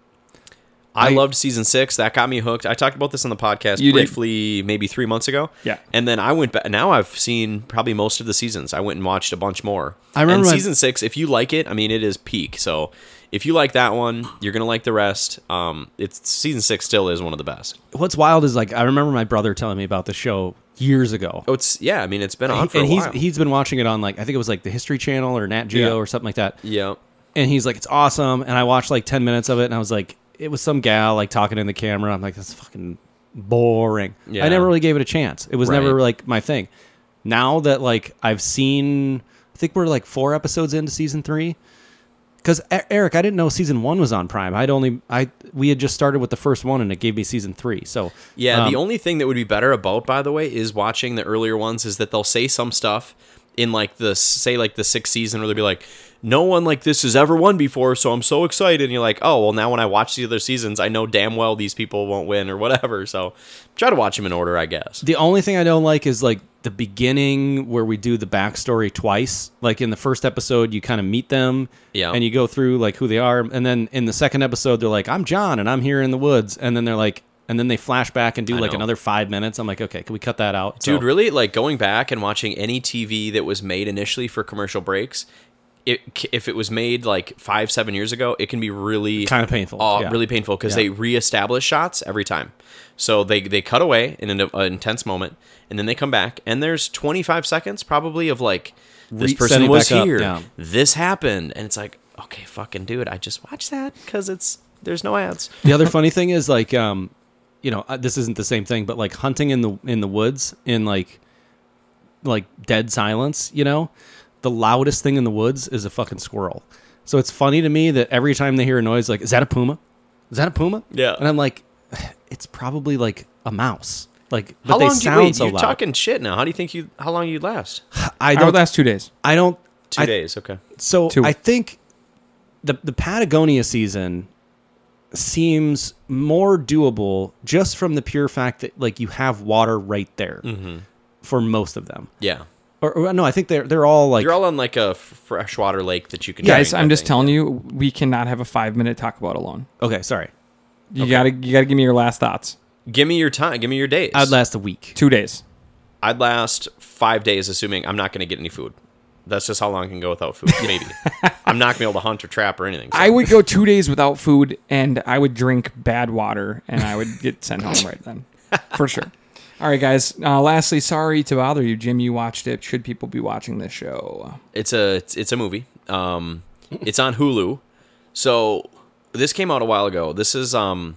Speaker 2: I,
Speaker 1: I-
Speaker 2: loved season six. That got me hooked. I talked about this on the podcast
Speaker 1: You did.
Speaker 2: briefly, maybe three months ago.
Speaker 1: Yeah.
Speaker 2: And then I went back. Now I've seen probably most of the seasons. I went and watched a bunch more.
Speaker 3: I remember
Speaker 2: And
Speaker 3: when-
Speaker 2: season six, if you like it, I mean, it is peak. So if you like that one, you're going to like the rest. Um, it's Season six still is one of the best.
Speaker 3: What's wild is like I remember my brother telling me about the show years ago.
Speaker 2: Oh, it's, yeah, I mean, it's been on for
Speaker 3: and
Speaker 2: a
Speaker 3: he's
Speaker 2: while.
Speaker 3: he's been watching it on like I think it was like the History Channel or Nat Geo
Speaker 1: Yeah.
Speaker 3: or something like that.
Speaker 2: yeah.
Speaker 3: And he's like, it's awesome. And I watched like ten minutes of it, and I was like, it was some gal like talking in the camera. I'm like, that's fucking boring.
Speaker 2: Yeah.
Speaker 3: I never really gave it a chance. It was
Speaker 2: Right.
Speaker 3: never like my thing. Now that like I've seen, I think we're like four episodes into season three. Because Eric, I didn't know season one was on Prime. I'd only I we had just started with the first one, and it gave me season three. So
Speaker 2: Yeah,
Speaker 3: um,
Speaker 2: the only thing that would be better about, by the way, is watching the earlier ones is that they'll say some stuff in like the say like the sixth season where they'll be like, No one like this has ever won before, so I'm so excited and you're like, Oh well now when I watch the other seasons I know damn well these people won't win or whatever. So try to watch them in order, I guess.
Speaker 3: The only thing I don't like is like the beginning where we do the backstory twice. Like in the first episode, you kind of meet them,
Speaker 2: Yeah.
Speaker 3: and you go through like who they are, and then in the second episode, they're like, "I'm John, and I'm here in the woods," and then they're like, and then they flash back and do like
Speaker 2: know.
Speaker 3: another five minutes. I'm like, okay, can we cut that out,
Speaker 2: Dude,
Speaker 3: So-
Speaker 2: really like going back and watching any TV that was made initially for commercial breaks, it, if it was made like five, seven years ago, it can be really
Speaker 3: Kinda painful,
Speaker 2: uh,
Speaker 3: yeah.
Speaker 2: Really painful because they reestablish shots every time. So they they cut away in an, an intense moment, and then they come back, and there's 25 seconds probably of like this
Speaker 3: Re-
Speaker 2: person
Speaker 3: setting it
Speaker 2: was
Speaker 3: back up,
Speaker 2: here,
Speaker 3: yeah.
Speaker 2: this happened, and it's like okay, fucking dude, I just watched that because it's there's no ads.
Speaker 3: The other funny thing is like, um, you know, uh, this isn't the same thing, but like hunting in the in the woods in like like dead silence, you know, the loudest thing in the woods is a fucking squirrel. So it's funny to me that every time they hear a noise, like, is that a puma? Is that a puma?
Speaker 2: Yeah.
Speaker 3: And I'm like, it's probably like a mouse. Like, but
Speaker 2: how
Speaker 3: they
Speaker 2: long do you
Speaker 3: sound
Speaker 2: wait?
Speaker 3: so
Speaker 2: You're
Speaker 3: loud.
Speaker 2: talking shit now. How do you think you? How long you last?
Speaker 3: I
Speaker 1: I would
Speaker 3: don't.
Speaker 1: last two days.
Speaker 3: I don't.
Speaker 2: Two
Speaker 3: I-
Speaker 2: days. Okay.
Speaker 3: So
Speaker 1: Two.
Speaker 3: I think the the Patagonia season seems more doable just from the pure fact that like you have water right there for most of them.
Speaker 2: Yeah.
Speaker 3: Or, or no, I think they're they're all like
Speaker 2: You're all on like a f- freshwater lake that you can.
Speaker 1: Guys,
Speaker 2: drink,
Speaker 1: I'm
Speaker 2: I
Speaker 1: just
Speaker 2: think.
Speaker 1: telling you, we cannot have a five minute talk about alone.
Speaker 3: okay. Sorry,
Speaker 1: You gotta you gotta give me your last thoughts.
Speaker 2: Give me your time. Give me your days.
Speaker 3: I'd last a week.
Speaker 1: Two days.
Speaker 2: I'd last five days, assuming I'm not going to get any food. That's just how long I can go without food. Maybe I'm not going to be able to hunt or trap or anything. so-
Speaker 1: I would go two days without food and I would drink bad water and I would get sent home right then. For sure. All right, guys. Uh, lastly, sorry to bother you, Jim. You watched it. Should people be watching this show?
Speaker 2: It's a it's, it's a movie. Um, it's on Hulu. So this came out a while ago. This is um,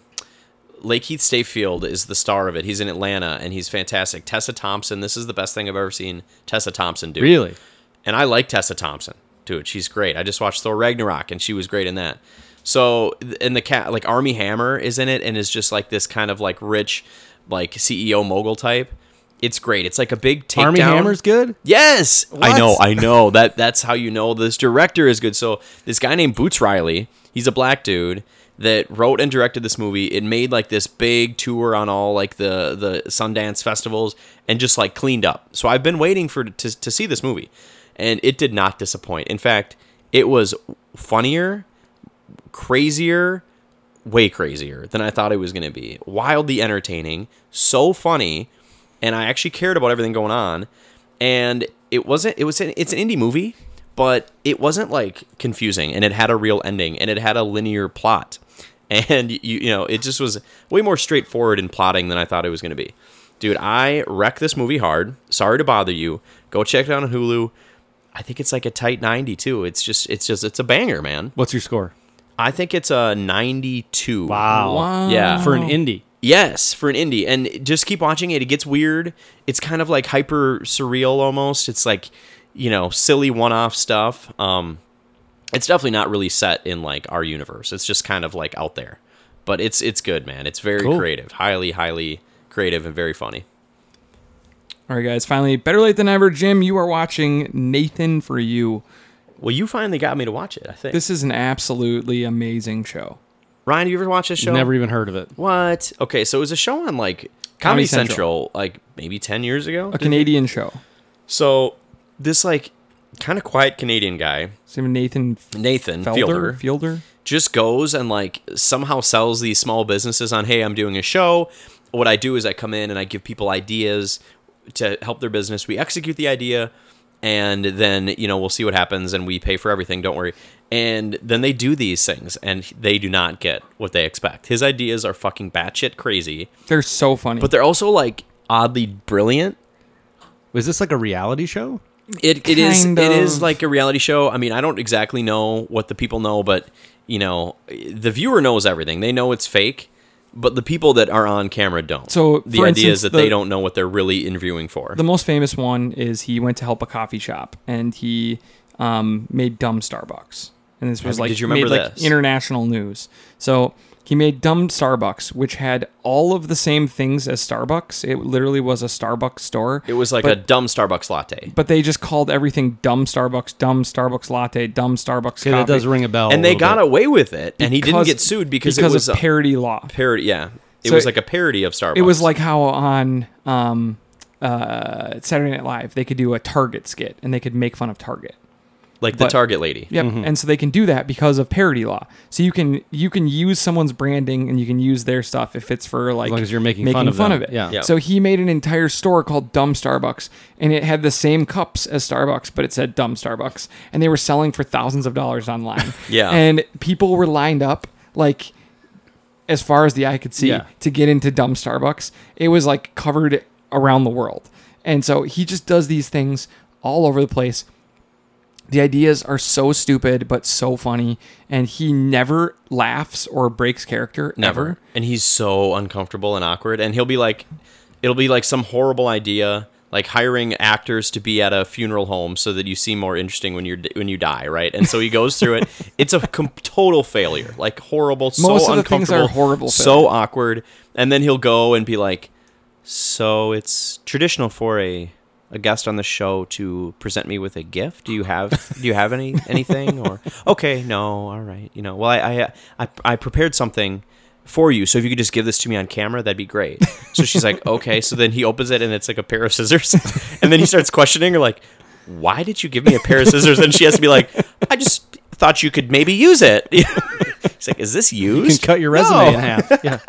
Speaker 2: Lake Heath Stayfield is the star of it. He's in Atlanta and he's fantastic. Tessa Thompson. This is the best thing I've ever seen Tessa Thompson do.
Speaker 3: Really?
Speaker 2: And I like Tessa Thompson. Dude, she's great. I just watched Thor Ragnarok and she was great in that. So, and the cat, like Army Hammer is in it and is just like this kind of like rich, like CEO mogul type. It's great. It's like a big takedown.
Speaker 3: Army Hammer's good.
Speaker 2: Yes, I
Speaker 3: What?
Speaker 2: know, I know. That that's how you know this director is good. So this guy named Boots Riley, he's a black dude that wrote and directed this movie. It made like this big tour on all like the the Sundance festivals and just like cleaned up. So I've been waiting for to to see this movie, and it did not disappoint. In fact, it was funnier, crazier, way crazier than I thought it was going to be. Wildly entertaining, so funny, and I actually cared about everything going on. And it wasn't. It was. An, it's an indie movie, but it wasn't like confusing, and it had a real ending, and it had a linear plot, and you you know it just was way more straightforward in plotting than I thought it was going to be. Dude, I wreck this movie hard. Sorry to bother you. Go check it out on Hulu. I think it's like a tight 90 too. It's just it's just it's a banger, man.
Speaker 3: What's your score?
Speaker 2: I think it's a 92.
Speaker 1: Wow.
Speaker 2: Yeah.
Speaker 3: For an indie,
Speaker 2: Yes, for an indie. And just keep watching it. It gets weird. It's kind of like hyper surreal almost. It's like, you know, silly one off stuff. Um it's definitely not really set in like our universe. It's just kind of like out there. But it's it's good, man. It's very
Speaker 3: Cool.
Speaker 2: creative. Highly, highly creative and very funny.
Speaker 1: All right, guys. Finally, better late than ever. Jim, you are watching Nathan for You.
Speaker 2: Well, you finally got me to watch it, I think.
Speaker 1: This is an absolutely amazing show.
Speaker 2: Ryan, have you ever watched this show?
Speaker 3: never even heard of it.
Speaker 2: What? Okay, so it was a show on like Comedy,
Speaker 1: Comedy
Speaker 2: Central,
Speaker 1: Central.
Speaker 2: like maybe 10 years ago.
Speaker 1: A Canadian show.
Speaker 2: So this like kind of quiet Canadian guy,
Speaker 1: His name is Nathan
Speaker 2: Nathan
Speaker 1: Felder.
Speaker 2: Fielder,
Speaker 1: Fielder.
Speaker 2: just goes and like somehow sells these small businesses on, hey, I'm doing a show. What I do is I come in and I give people ideas to help their business. We execute the idea and then, you know, we'll see what happens and we pay for everything, don't worry. And then they do these things and they do not get what they expect. His ideas are fucking batshit crazy,
Speaker 1: They're so funny.
Speaker 2: but they're also like oddly brilliant.
Speaker 3: Is this like a reality show?
Speaker 2: It, it is
Speaker 1: Kind
Speaker 2: it is
Speaker 1: of.
Speaker 2: like a reality show. I mean, I don't exactly know what the people know, but you know, the viewer knows everything. They know it's fake, but the people that are on camera don't.
Speaker 1: So,
Speaker 2: the
Speaker 1: for
Speaker 2: idea
Speaker 1: instance,
Speaker 2: is that
Speaker 1: the-
Speaker 2: they don't know what they're really interviewing for.
Speaker 1: the most famous one is he went to help a coffee shop and he um, made dumb Starbucks. And this was
Speaker 2: Did
Speaker 1: like
Speaker 2: you remember
Speaker 1: made, like,
Speaker 2: this?
Speaker 1: international news. So he made dumb Starbucks, which had all of the same things as Starbucks. It literally was a Starbucks store.
Speaker 2: it was like
Speaker 1: but,
Speaker 2: a dumb Starbucks latte,
Speaker 1: but they just called everything dumb Starbucks, dumb Starbucks latte, dumb Starbucks. coffee
Speaker 3: Okay, that does ring a bell.
Speaker 2: and they got
Speaker 3: a. little
Speaker 2: away with it, and he didn't get sued because, it was
Speaker 1: of
Speaker 2: a
Speaker 1: parody law.
Speaker 2: parody. Yeah, it
Speaker 1: So
Speaker 2: was
Speaker 1: it-
Speaker 2: like a parody of Starbucks.
Speaker 1: It was like how on um, uh, Saturday Night Live they could do a Target skit and they could make fun of Target.
Speaker 2: like the
Speaker 1: but-
Speaker 2: Target lady.
Speaker 1: Yep.
Speaker 3: Mm-hmm.
Speaker 1: And so they can do that because of parody law. So you can you can use someone's branding and you can use their stuff if it's for like
Speaker 3: long as you're making fun of them.
Speaker 1: it.
Speaker 3: Yeah. Yeah.
Speaker 1: So he made an entire store called Dumb Starbucks and it had the same cups as Starbucks, but it said Dumb Starbucks. And they were selling for thousands of dollars online.
Speaker 2: Yeah.
Speaker 1: And people were lined up like as far as the eye could see
Speaker 3: Yeah.
Speaker 1: to get into dumb Starbucks. It was like covered around the world. And so he just does these things all over the place. The ideas are so stupid but so funny and he never laughs or breaks character ever.
Speaker 2: Never. And he's so uncomfortable and awkward. And he'll be like, it'll be like some horrible idea like hiring actors to be at a funeral home so that you seem more interesting when you're when you die, right? And so he goes through it. It's a com- total failure, like horrible, so
Speaker 1: Most of the
Speaker 2: uncomfortable,
Speaker 1: things are horrible
Speaker 2: so awkward. And then he'll go and be like, "So it's traditional for a." A guest on the show to present me with a gift. Do you have Do you have any anything or okay? No, all right. You know, well, I I I, I prepared something for you. So if you could just give this to me on camera, that'd be great. So she's like, okay. So then he opens it and it's like a pair of scissors. And then he starts questioning her, like, why did you give me a pair of scissors? And she has to be like, I just thought you could maybe use it. He's like, is this used?
Speaker 3: You can cut your resume in half. Yeah.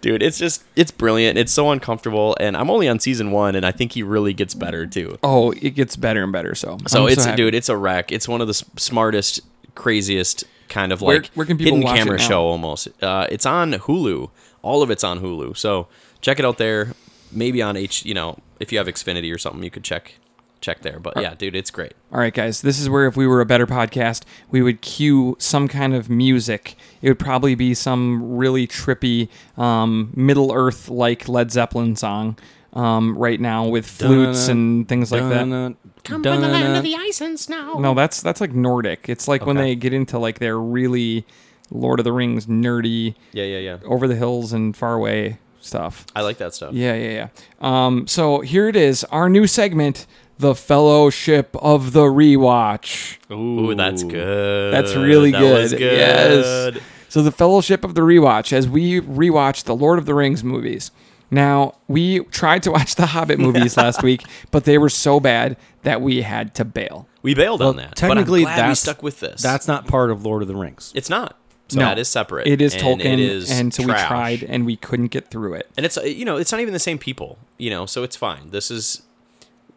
Speaker 2: Dude, it's just, it's brilliant. It's so uncomfortable. And I'm only on season one and I think he really gets better too.
Speaker 1: Oh, it gets better and better. So,
Speaker 2: So
Speaker 1: I'm
Speaker 2: it's,
Speaker 1: happy.
Speaker 2: dude, it's a wreck. It's one of the s- smartest, craziest kind of
Speaker 1: Where-
Speaker 2: like
Speaker 1: where can people
Speaker 2: hidden
Speaker 1: watch it
Speaker 2: camera
Speaker 1: now?
Speaker 2: show almost. Uh, it's on Hulu. All of it's on Hulu. So check it out there. Maybe on H. You know, if you have Xfinity or something, you could check check there. But yeah, dude, it's great.
Speaker 1: All right, guys, this is where if we were a better podcast, we would cue some kind of music. It would probably be some really trippy um, Middle Earth like Led Zeppelin song um, right now with flutes and things like that.
Speaker 4: Come from the land of the ice and snow.
Speaker 1: No, that's that's like Nordic. It's like when
Speaker 2: Okay.
Speaker 1: they get into like their really Lord of the Rings nerdy,
Speaker 2: Yeah, yeah, yeah.
Speaker 1: over the hills and far away stuff.
Speaker 2: I like that stuff.
Speaker 1: Yeah, yeah, yeah. Um, so here it is, our new segment, the Fellowship of the Rewatch.
Speaker 2: Ooh, that's good.
Speaker 1: That's really
Speaker 2: That
Speaker 1: good.
Speaker 2: was
Speaker 1: Yes.
Speaker 2: good.
Speaker 1: So the Fellowship of the Rewatch, as we rewatch the Lord of the Rings movies. Now we tried to watch the Hobbit movies last week, but they were so bad that we had to bail.
Speaker 2: We bailed
Speaker 3: Well,
Speaker 2: on that.
Speaker 3: technically,
Speaker 2: but I'm glad we
Speaker 3: that's-
Speaker 2: stuck with this.
Speaker 3: That's not part of Lord of the Rings.
Speaker 2: it's not. So
Speaker 1: No.
Speaker 2: that is separate.
Speaker 1: It is
Speaker 2: and
Speaker 1: Tolkien,
Speaker 2: It is
Speaker 1: and so we
Speaker 2: trash.
Speaker 1: tried and we couldn't get through it.
Speaker 2: and it's uh, you know it's not even the same people you know so it's fine this is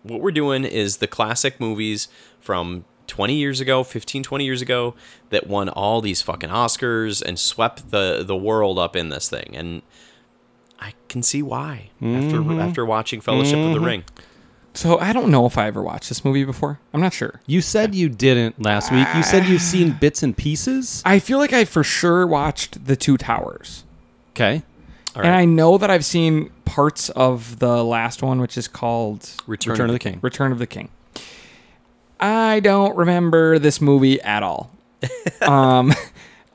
Speaker 2: what we're doing is the classic movies from 20 years ago 15 20 years ago that won all these fucking oscars and swept the the world up in this thing and i can see why
Speaker 1: Mm-hmm.
Speaker 2: after after watching fellowship of the ring
Speaker 1: So I don't know if I ever watched this movie before. I'm not sure.
Speaker 3: You said you didn't last week. You said you've seen bits and pieces.
Speaker 1: I feel like I for sure watched The Two Towers.
Speaker 3: Okay.
Speaker 2: all
Speaker 1: And
Speaker 2: right
Speaker 1: I know that I've seen parts of the last one, which is called
Speaker 2: return,
Speaker 3: Return of the King.
Speaker 1: Return of the King. I don't remember this movie at all. um,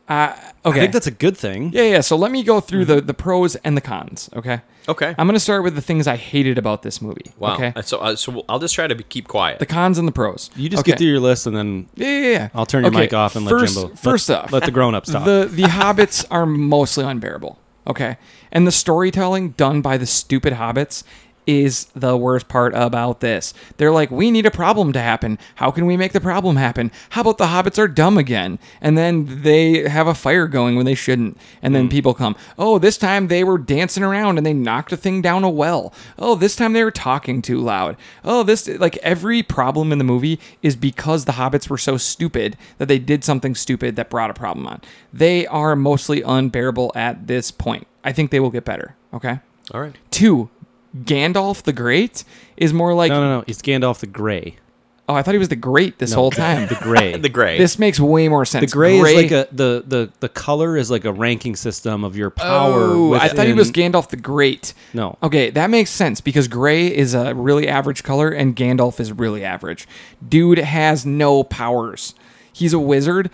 Speaker 1: I, okay.
Speaker 3: I think Mm-hmm. that's a good thing.
Speaker 1: yeah, yeah. So let me go through the, the pros and the cons. Okay.
Speaker 2: okay
Speaker 1: I'm going to start with the things I hated about this movie.
Speaker 2: wow
Speaker 1: Okay.
Speaker 2: so uh, so we'll- i'll just try to be, keep quiet
Speaker 1: The cons and the pros.
Speaker 3: You just
Speaker 1: Okay.
Speaker 3: get through your list and then
Speaker 1: Yeah, yeah, yeah.
Speaker 3: I'll turn your
Speaker 1: Okay,
Speaker 3: mic off and let
Speaker 1: first,
Speaker 3: Jimbo.
Speaker 1: First
Speaker 3: let,
Speaker 1: off,
Speaker 3: let the grown ups talk.
Speaker 1: The the hobbits are mostly unbearable. Okay. And the storytelling done by the stupid hobbits is the worst part about this. They're like, we need a problem to happen. How can we make the problem happen? How about the hobbits are dumb again? And then they have a fire going when they shouldn't. And then people come, oh, this time they were dancing around and they knocked a thing down a well. Oh, this time they were talking too loud. Oh, this, like, every problem in the movie is because the hobbits were so stupid that they did something stupid that brought a problem on. They are mostly unbearable at this point. I think they will get better. Okay.
Speaker 2: all right
Speaker 1: Two, Gandalf the Great is more like,
Speaker 3: no, no, no. It's Gandalf the Grey.
Speaker 1: oh, I thought he was the Great this whole time.
Speaker 3: The Grey.
Speaker 2: the gray
Speaker 1: this makes way more sense.
Speaker 3: The gray, is like a the, the the color is like a ranking system of your power.
Speaker 1: Oh, I thought he was Oh,
Speaker 3: within-
Speaker 1: Gandalf the Great.
Speaker 3: No.
Speaker 1: Okay, that makes sense because gray is a really average color and Gandalf is really average. Dude has no powers. He's a wizard,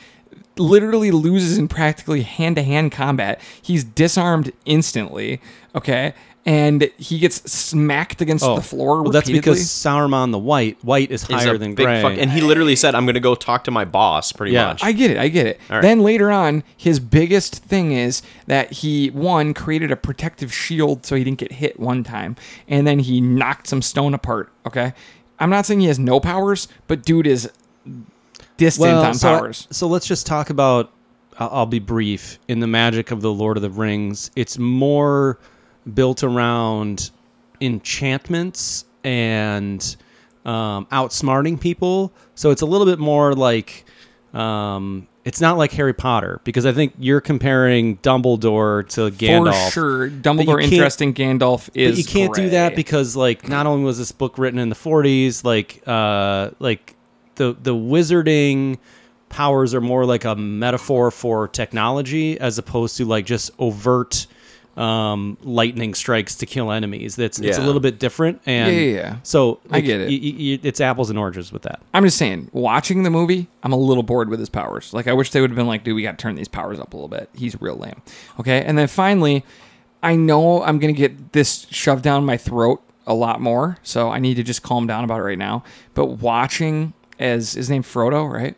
Speaker 1: literally loses in practically hand to hand combat. He's disarmed instantly, okay? And he gets smacked against
Speaker 3: Oh,
Speaker 1: the floor
Speaker 3: Well, that's
Speaker 1: repeatedly.
Speaker 3: because Sauron the White. White is
Speaker 2: is
Speaker 3: higher
Speaker 2: a
Speaker 3: than
Speaker 2: big
Speaker 3: Grey.
Speaker 2: fuck- and he literally said i'm gonna go talk to my boss pretty
Speaker 3: Yeah.
Speaker 2: much
Speaker 1: I get it. I get it.
Speaker 2: right.
Speaker 1: Then later on, his biggest thing is that he one created a protective shield so he didn't get hit one time, and then he knocked some stone apart. Okay, I'm not saying he has no powers, but dude is distant on
Speaker 3: so,
Speaker 1: powers.
Speaker 3: so let's just talk about. I'll, I'll be brief. In the magic of the Lord of the Rings, it's more built around enchantments and um, outsmarting people. So it's a little bit more like. Um, it's not like Harry Potter because I think you're comparing Dumbledore to Gandalf.
Speaker 1: For sure,
Speaker 3: you
Speaker 1: Dumbledore
Speaker 3: can't-
Speaker 1: interest in Gandalf is.
Speaker 3: but you can't do that
Speaker 1: gray.
Speaker 3: because like not only was this book written in the 40s like uh like the the wizarding powers are more like a metaphor for technology as opposed to like just overt um, lightning strikes to kill enemies. That's it's a
Speaker 2: Yeah.
Speaker 3: little bit different, and
Speaker 1: Yeah, yeah, yeah.
Speaker 3: so
Speaker 1: I get it.
Speaker 3: y- y- y- it's apples and oranges with that.
Speaker 1: I'm just saying, watching the movie, I'm a little bored with his powers. Like, I wish they would have been like, dude, we got to turn these powers up a little bit. He's real lame. Okay. And then finally, I know I'm going to get this shoved down my throat a lot more. So I need to just calm down about it right now. But watching as his name Frodo, right?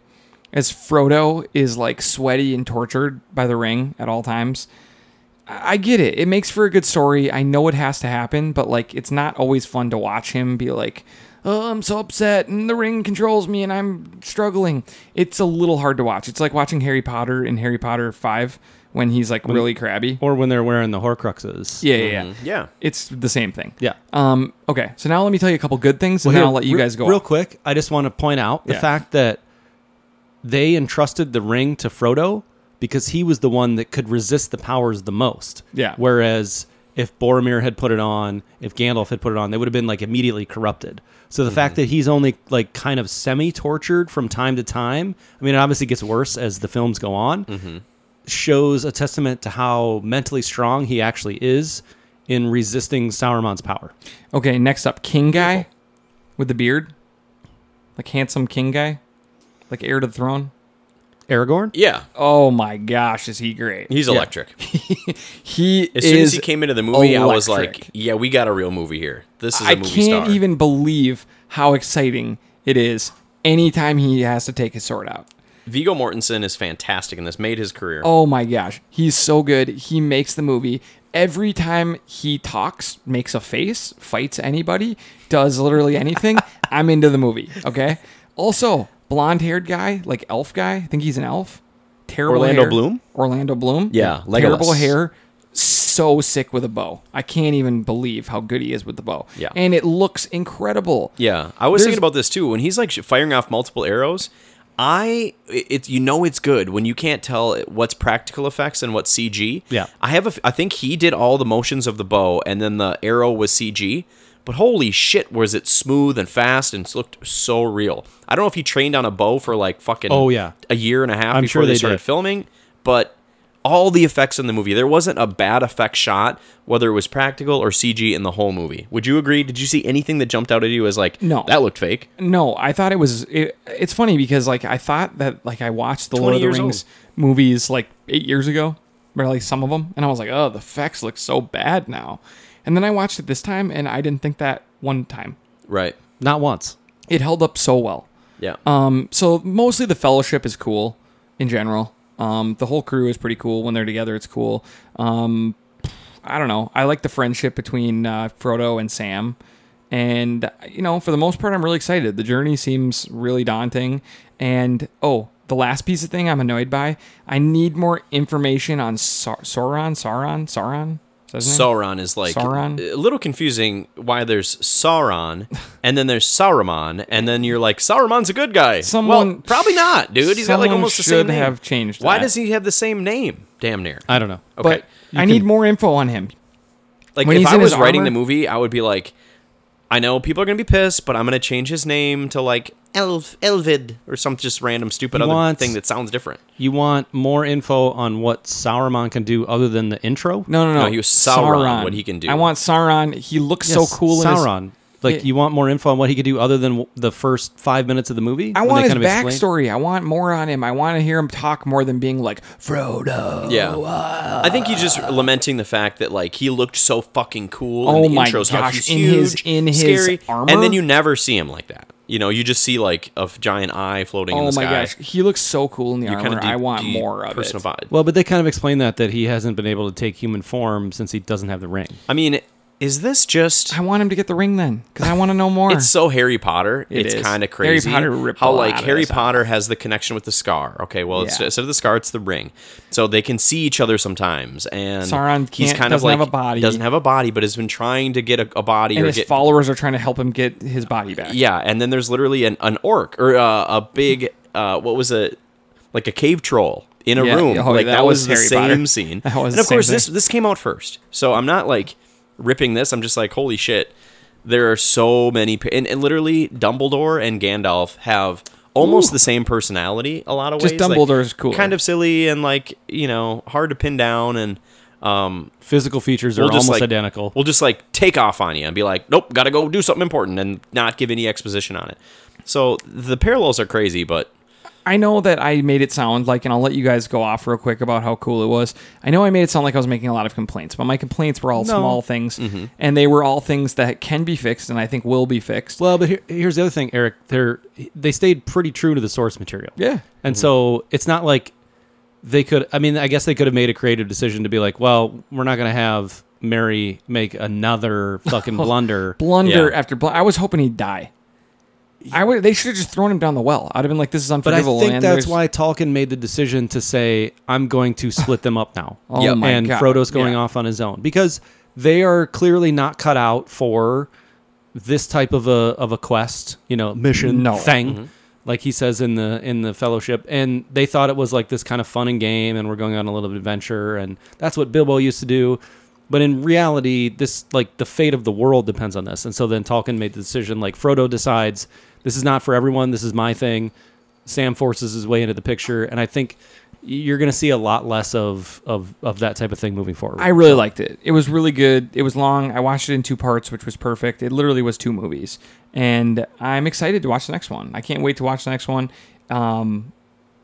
Speaker 1: As Frodo is like sweaty and tortured by the ring at all times. I I get it. It makes for a good story. I know it has to happen, but like it's not always fun to watch him be like, "Oh, I'm so upset and the ring controls me and I'm struggling." It's a little hard to watch. It's like watching Harry Potter in Harry Potter 5 when he's like really crabby.
Speaker 3: Or when they're wearing the Horcruxes.
Speaker 1: Yeah, yeah, yeah.
Speaker 2: Mhm. Yeah.
Speaker 1: It's the same thing.
Speaker 3: yeah.
Speaker 1: Um okay, so now let me tell you a couple good things and
Speaker 3: Well,
Speaker 1: then
Speaker 3: here,
Speaker 1: I'll let you
Speaker 3: re-
Speaker 1: guys go.
Speaker 3: Real quick, I just want to point out the
Speaker 1: Yeah.
Speaker 3: fact that they entrusted the ring to Frodo because he was the one that could resist the powers the most.
Speaker 1: Yeah.
Speaker 3: Whereas if Boromir had put it on, if Gandalf had put it on, they would have been like immediately corrupted. So the
Speaker 1: Mm-hmm.
Speaker 3: fact that he's only like kind of semi tortured from time to time, I mean, it obviously gets worse as the films go on,
Speaker 1: Mm-hmm.
Speaker 3: shows a testament to how mentally strong he actually is in resisting Sauron's power.
Speaker 1: Okay, next up, King guy with the beard. Like handsome king guy. Like heir to the throne.
Speaker 3: Aragorn?
Speaker 2: Yeah.
Speaker 1: Oh my gosh, is he great?
Speaker 2: He's electric.
Speaker 1: He
Speaker 2: As soon
Speaker 1: is,
Speaker 2: as he came into the movie, I was
Speaker 1: electric.
Speaker 2: like, "Yeah, we got a real movie here. This is a
Speaker 1: I
Speaker 2: movie
Speaker 1: can't
Speaker 2: star."
Speaker 1: even believe how exciting it is anytime he has to take his sword out.
Speaker 2: Viggo Mortensen is fantastic in this. Made his career.
Speaker 1: Oh my gosh, he's so good. He makes the movie. Every time he talks, makes a face, fights anybody, does literally anything, I'm into the movie. Okay. Also, blonde-haired guy, like elf guy. I think he's an elf. Terrible.
Speaker 2: Orlando
Speaker 1: hair.
Speaker 2: Bloom?
Speaker 1: Orlando Bloom.
Speaker 2: Yeah, Legolas.
Speaker 1: Terrible hair. So sick with a bow. I can't even believe how good he is with the bow.
Speaker 2: Yeah.
Speaker 1: And it looks incredible.
Speaker 2: Yeah, I was
Speaker 1: There's-
Speaker 2: thinking about this too. When he's like sh- firing off multiple arrows, I it- it's you know it's good when you can't tell what's practical effects and what's CG.
Speaker 3: Yeah.
Speaker 2: I have a f- I think he did all the motions of the bow and then the arrow was CG. But holy shit, was it smooth and fast and s- looked so real. I don't know if he trained on a bow for like fucking
Speaker 3: Oh, yeah.
Speaker 2: a year and a half
Speaker 3: I'm
Speaker 2: before
Speaker 3: sure
Speaker 2: they,
Speaker 3: they
Speaker 2: started
Speaker 3: did.
Speaker 2: filming, but all the effects in the movie. There wasn't a bad effect shot, whether it was practical or CG in the whole movie. Would you agree? Did you see anything that jumped out at you as like,
Speaker 1: No.
Speaker 2: that looked fake?
Speaker 1: No, I thought it was. It, it's funny because like I thought that like I watched the Lord
Speaker 2: 20
Speaker 1: of the
Speaker 2: years
Speaker 1: Rings movies like eight years ago, or like some of them, and I was like, oh, the effects look so bad now. And then I watched it this time, and I didn't think that one time.
Speaker 2: Right.
Speaker 3: Not once.
Speaker 1: It held up so well.
Speaker 2: Yeah.
Speaker 1: Um, so mostly the fellowship is cool in general. Um, the whole crew is pretty cool when they're together. It's cool. Um, I don't know. I like the friendship between uh, Frodo and Sam, and you know, for the most part, I'm really excited. The journey seems really daunting, and oh, the last piece of thing I'm annoyed by. I need more information on Sau- Sauron. Sauron. Sauron. Is that his name?
Speaker 2: Sauron is like
Speaker 1: Sauron?
Speaker 2: a little confusing why there's Sauron and then there's Saruman and then you're like Saruman's a good guy. well,
Speaker 1: Someone-
Speaker 2: probably not, dude. He's got like
Speaker 1: someone
Speaker 2: almost the
Speaker 1: should
Speaker 2: same name.
Speaker 1: have changed
Speaker 2: Why
Speaker 1: that. Uh,
Speaker 2: does he have the same name? Damn near.
Speaker 3: I don't know.
Speaker 2: Okay.
Speaker 1: But I need more info on him.
Speaker 2: Like
Speaker 1: When
Speaker 2: if
Speaker 1: he's
Speaker 2: I
Speaker 1: in
Speaker 2: was
Speaker 1: his
Speaker 2: writing
Speaker 1: armor-
Speaker 2: the movie, I would be like, I know people are gonna be pissed, but I'm gonna change his name to like Elv Elvid or some just random stupid
Speaker 3: He
Speaker 2: other
Speaker 3: wants-
Speaker 2: thing that sounds different.
Speaker 3: You want more info on what Sauron can do other than the intro?
Speaker 1: No, no, no.
Speaker 2: No, he was Sauron, what he can do.
Speaker 1: I want Sauron. He looks
Speaker 3: Yes,
Speaker 1: so cool. in his-
Speaker 3: Sauron. like
Speaker 1: Yeah.
Speaker 3: you want more info on what he could do other than w- the first five minutes of the movie?
Speaker 1: I
Speaker 3: When
Speaker 1: want
Speaker 3: they
Speaker 1: his
Speaker 3: kind of explain-
Speaker 1: backstory. I want more on him. I want to hear him talk more than being like Frodo.
Speaker 2: Yeah,
Speaker 1: uh,
Speaker 2: I think he's just lamenting the fact that like he looked so fucking cool.
Speaker 1: Oh
Speaker 2: in the
Speaker 1: my
Speaker 2: intros, how
Speaker 1: gosh,
Speaker 2: he's
Speaker 1: in his-
Speaker 2: huge,
Speaker 1: in his
Speaker 2: scary,
Speaker 1: armor?
Speaker 2: and then you never see him like that. You know, you just see like a f- giant eye floating in
Speaker 1: Oh
Speaker 2: the
Speaker 1: my
Speaker 2: sky.
Speaker 1: gosh, he looks so cool in the
Speaker 2: Kinda
Speaker 1: armor.
Speaker 2: de-
Speaker 1: I want
Speaker 2: de-
Speaker 1: more of it.
Speaker 2: personified.
Speaker 3: Well, but they kind of explain that that he hasn't been able to take human form since he doesn't have the ring.
Speaker 2: I mean, is this just?
Speaker 1: I want him to get the ring then, because I want to know more.
Speaker 2: It's so Harry Potter.
Speaker 1: It
Speaker 2: it's
Speaker 1: is.
Speaker 2: kind of
Speaker 1: Harry
Speaker 2: crazy.
Speaker 1: Potter ripped a
Speaker 2: how
Speaker 1: lot
Speaker 2: like
Speaker 1: out of
Speaker 2: Harry
Speaker 1: this
Speaker 2: Potter has the connection with the scar. Okay, well, it's
Speaker 1: Yeah.
Speaker 2: instead of the scar, it's the ring. So they can see each other sometimes, and
Speaker 1: Sauron
Speaker 2: he's
Speaker 1: can't-
Speaker 2: kind of
Speaker 1: doesn't
Speaker 2: like
Speaker 1: have a body.
Speaker 2: doesn't have a body, but has been trying to get a, a body
Speaker 1: and
Speaker 2: or
Speaker 1: his
Speaker 2: get
Speaker 1: followers are trying to help him get his body back.
Speaker 2: yeah. And then there's literally an an orc or uh, a big uh, what was it like a cave troll in a
Speaker 1: Yeah,
Speaker 2: room.
Speaker 1: oh,
Speaker 2: like
Speaker 1: that
Speaker 2: that,
Speaker 1: was
Speaker 2: was, the
Speaker 1: Harry
Speaker 2: same
Speaker 1: Potter.
Speaker 2: scene.
Speaker 1: That was
Speaker 2: and
Speaker 1: the
Speaker 2: of course
Speaker 1: same
Speaker 2: this
Speaker 1: thing.
Speaker 2: this came out first, so I'm not like ripping this. I'm just like holy shit. There are so many, pa- and, and literally Dumbledore and Gandalf have almost the same personality. A lot of
Speaker 1: Just
Speaker 2: ways, like,
Speaker 1: Dumbledore's cooler.
Speaker 2: kind of silly and like you know hard to pin down, and
Speaker 3: Physical features are
Speaker 2: We'll just,
Speaker 3: almost
Speaker 2: like-
Speaker 3: identical.
Speaker 2: We'll just like take off on you and be like, nope, gotta go do something important and not give any exposition on it. So the parallels are crazy, but
Speaker 1: I know that I made it sound like, and I'll let you guys go off real quick about how cool it was. I know I made it sound like I was making a lot of complaints, but my complaints were all
Speaker 3: No.
Speaker 1: small things,
Speaker 2: Mm-hmm.
Speaker 1: and they were all things that can be fixed and I think will be fixed.
Speaker 3: Well, but here, here's the other thing, Eric. They're they stayed pretty true to the source material.
Speaker 1: Yeah.
Speaker 3: and so it's not like they could. I mean, I guess they could have made a creative decision to be like, well, we're not going to have Mary make another fucking blunder.
Speaker 1: Blunder
Speaker 2: Yeah.
Speaker 1: after blunder. I was hoping he'd die. I would. They should have just thrown him down the well. I'd have been like, "This is
Speaker 3: But I
Speaker 1: unforgivable."
Speaker 3: think
Speaker 1: and there's-
Speaker 3: that's why Tolkien made the decision to say, "I'm going to split them up now."
Speaker 1: Oh
Speaker 2: Yep.
Speaker 1: my
Speaker 3: and
Speaker 1: God.
Speaker 3: Frodo's going
Speaker 1: Yeah.
Speaker 3: off on his own because they are clearly not cut out for this type of a of a quest, you know, mission
Speaker 1: No.
Speaker 3: thing.
Speaker 2: Mm-hmm.
Speaker 3: Like he says in the in the fellowship, and they thought it was like this kind of fun and game, and we're going on a little adventure, and that's what Bilbo used to do. But in reality, this like the fate of the world depends on this, and so then Tolkien made the decision. Like Frodo decides, this is not for everyone. This is my thing. Sam forces his way into the picture, and I think you're going to see a lot less of of of that type of thing moving forward.
Speaker 1: I really liked it. It was really good. It was long. I watched it in two parts, which was perfect. It literally was two movies, and I'm excited to watch the next one. I can't wait to watch the next one. Um,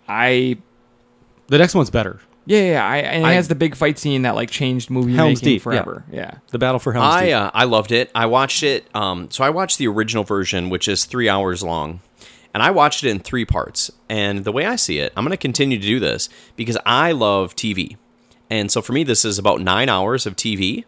Speaker 1: I
Speaker 3: the next one's better.
Speaker 1: yeah, yeah, yeah. I, and it
Speaker 3: I-
Speaker 1: has the big fight scene that like changed movie
Speaker 3: Helm's
Speaker 1: making
Speaker 3: Deep, yeah.
Speaker 1: forever. Yeah.
Speaker 3: The battle for Helm's
Speaker 2: I
Speaker 3: Deep.
Speaker 2: uh, I loved it. I watched it. Um, so I watched the original version, which is three hours long, and I watched it in three parts. And the way I see it, I'm going to continue to do this because I love TV, and so for me, this is about nine hours of TV,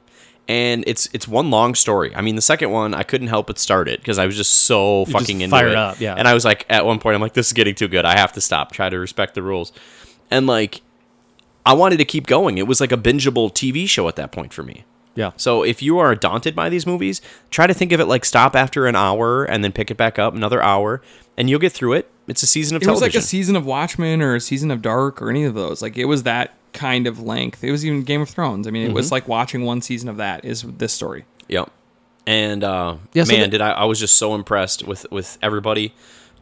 Speaker 2: and it's it's one long story. I mean, the second one, I couldn't help but start it because I was just so
Speaker 3: just
Speaker 2: fucking into
Speaker 3: fired
Speaker 2: it.
Speaker 3: up, yeah.
Speaker 2: And I was like, at one point, I'm like, this is getting too good. I have to stop. Try to respect the rules, and like. I wanted to keep going. It was like a bingeable TV show at that point for me.
Speaker 3: yeah.
Speaker 2: So if you are daunted by these movies, try to think of it like stop after an hour and then pick it back up another hour, and you'll get through it. It's a season of
Speaker 1: It was
Speaker 2: television.
Speaker 1: like a season of Watchmen or a season of Dark or any of those. Like it was that kind of length. It was even Game of Thrones. I mean, it
Speaker 2: Mm-hmm.
Speaker 1: was like watching one season of that is this story.
Speaker 2: Yep. And uh,
Speaker 3: Yeah,
Speaker 2: man,
Speaker 3: so the-
Speaker 2: did I, I was just so impressed with with everybody.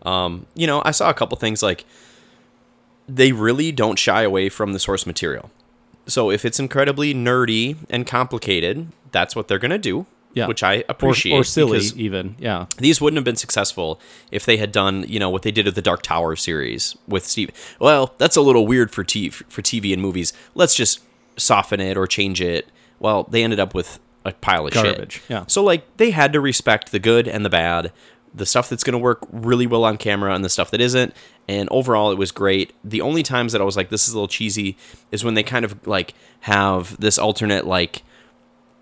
Speaker 2: Um, you know, I saw a couple things like they really don't shy away from the source material. So if it's incredibly nerdy and complicated, that's what they're gonna do.
Speaker 3: Yeah.
Speaker 2: Which I
Speaker 3: Or,
Speaker 2: appreciate.
Speaker 3: or silly
Speaker 2: because-
Speaker 3: even. Yeah.
Speaker 2: these wouldn't have been successful if they had done you know what they did with the dark tower series with steve well that's a little weird for t for tv and movies let's just soften it or change it well they ended up with a pile of
Speaker 3: Garbage,
Speaker 2: shit
Speaker 3: yeah.
Speaker 2: so like they had to respect the good and the bad the stuff that's going to work really well on camera and the stuff that isn't and overall it was great the only times that i was like this is a little cheesy is when they kind of like have this alternate like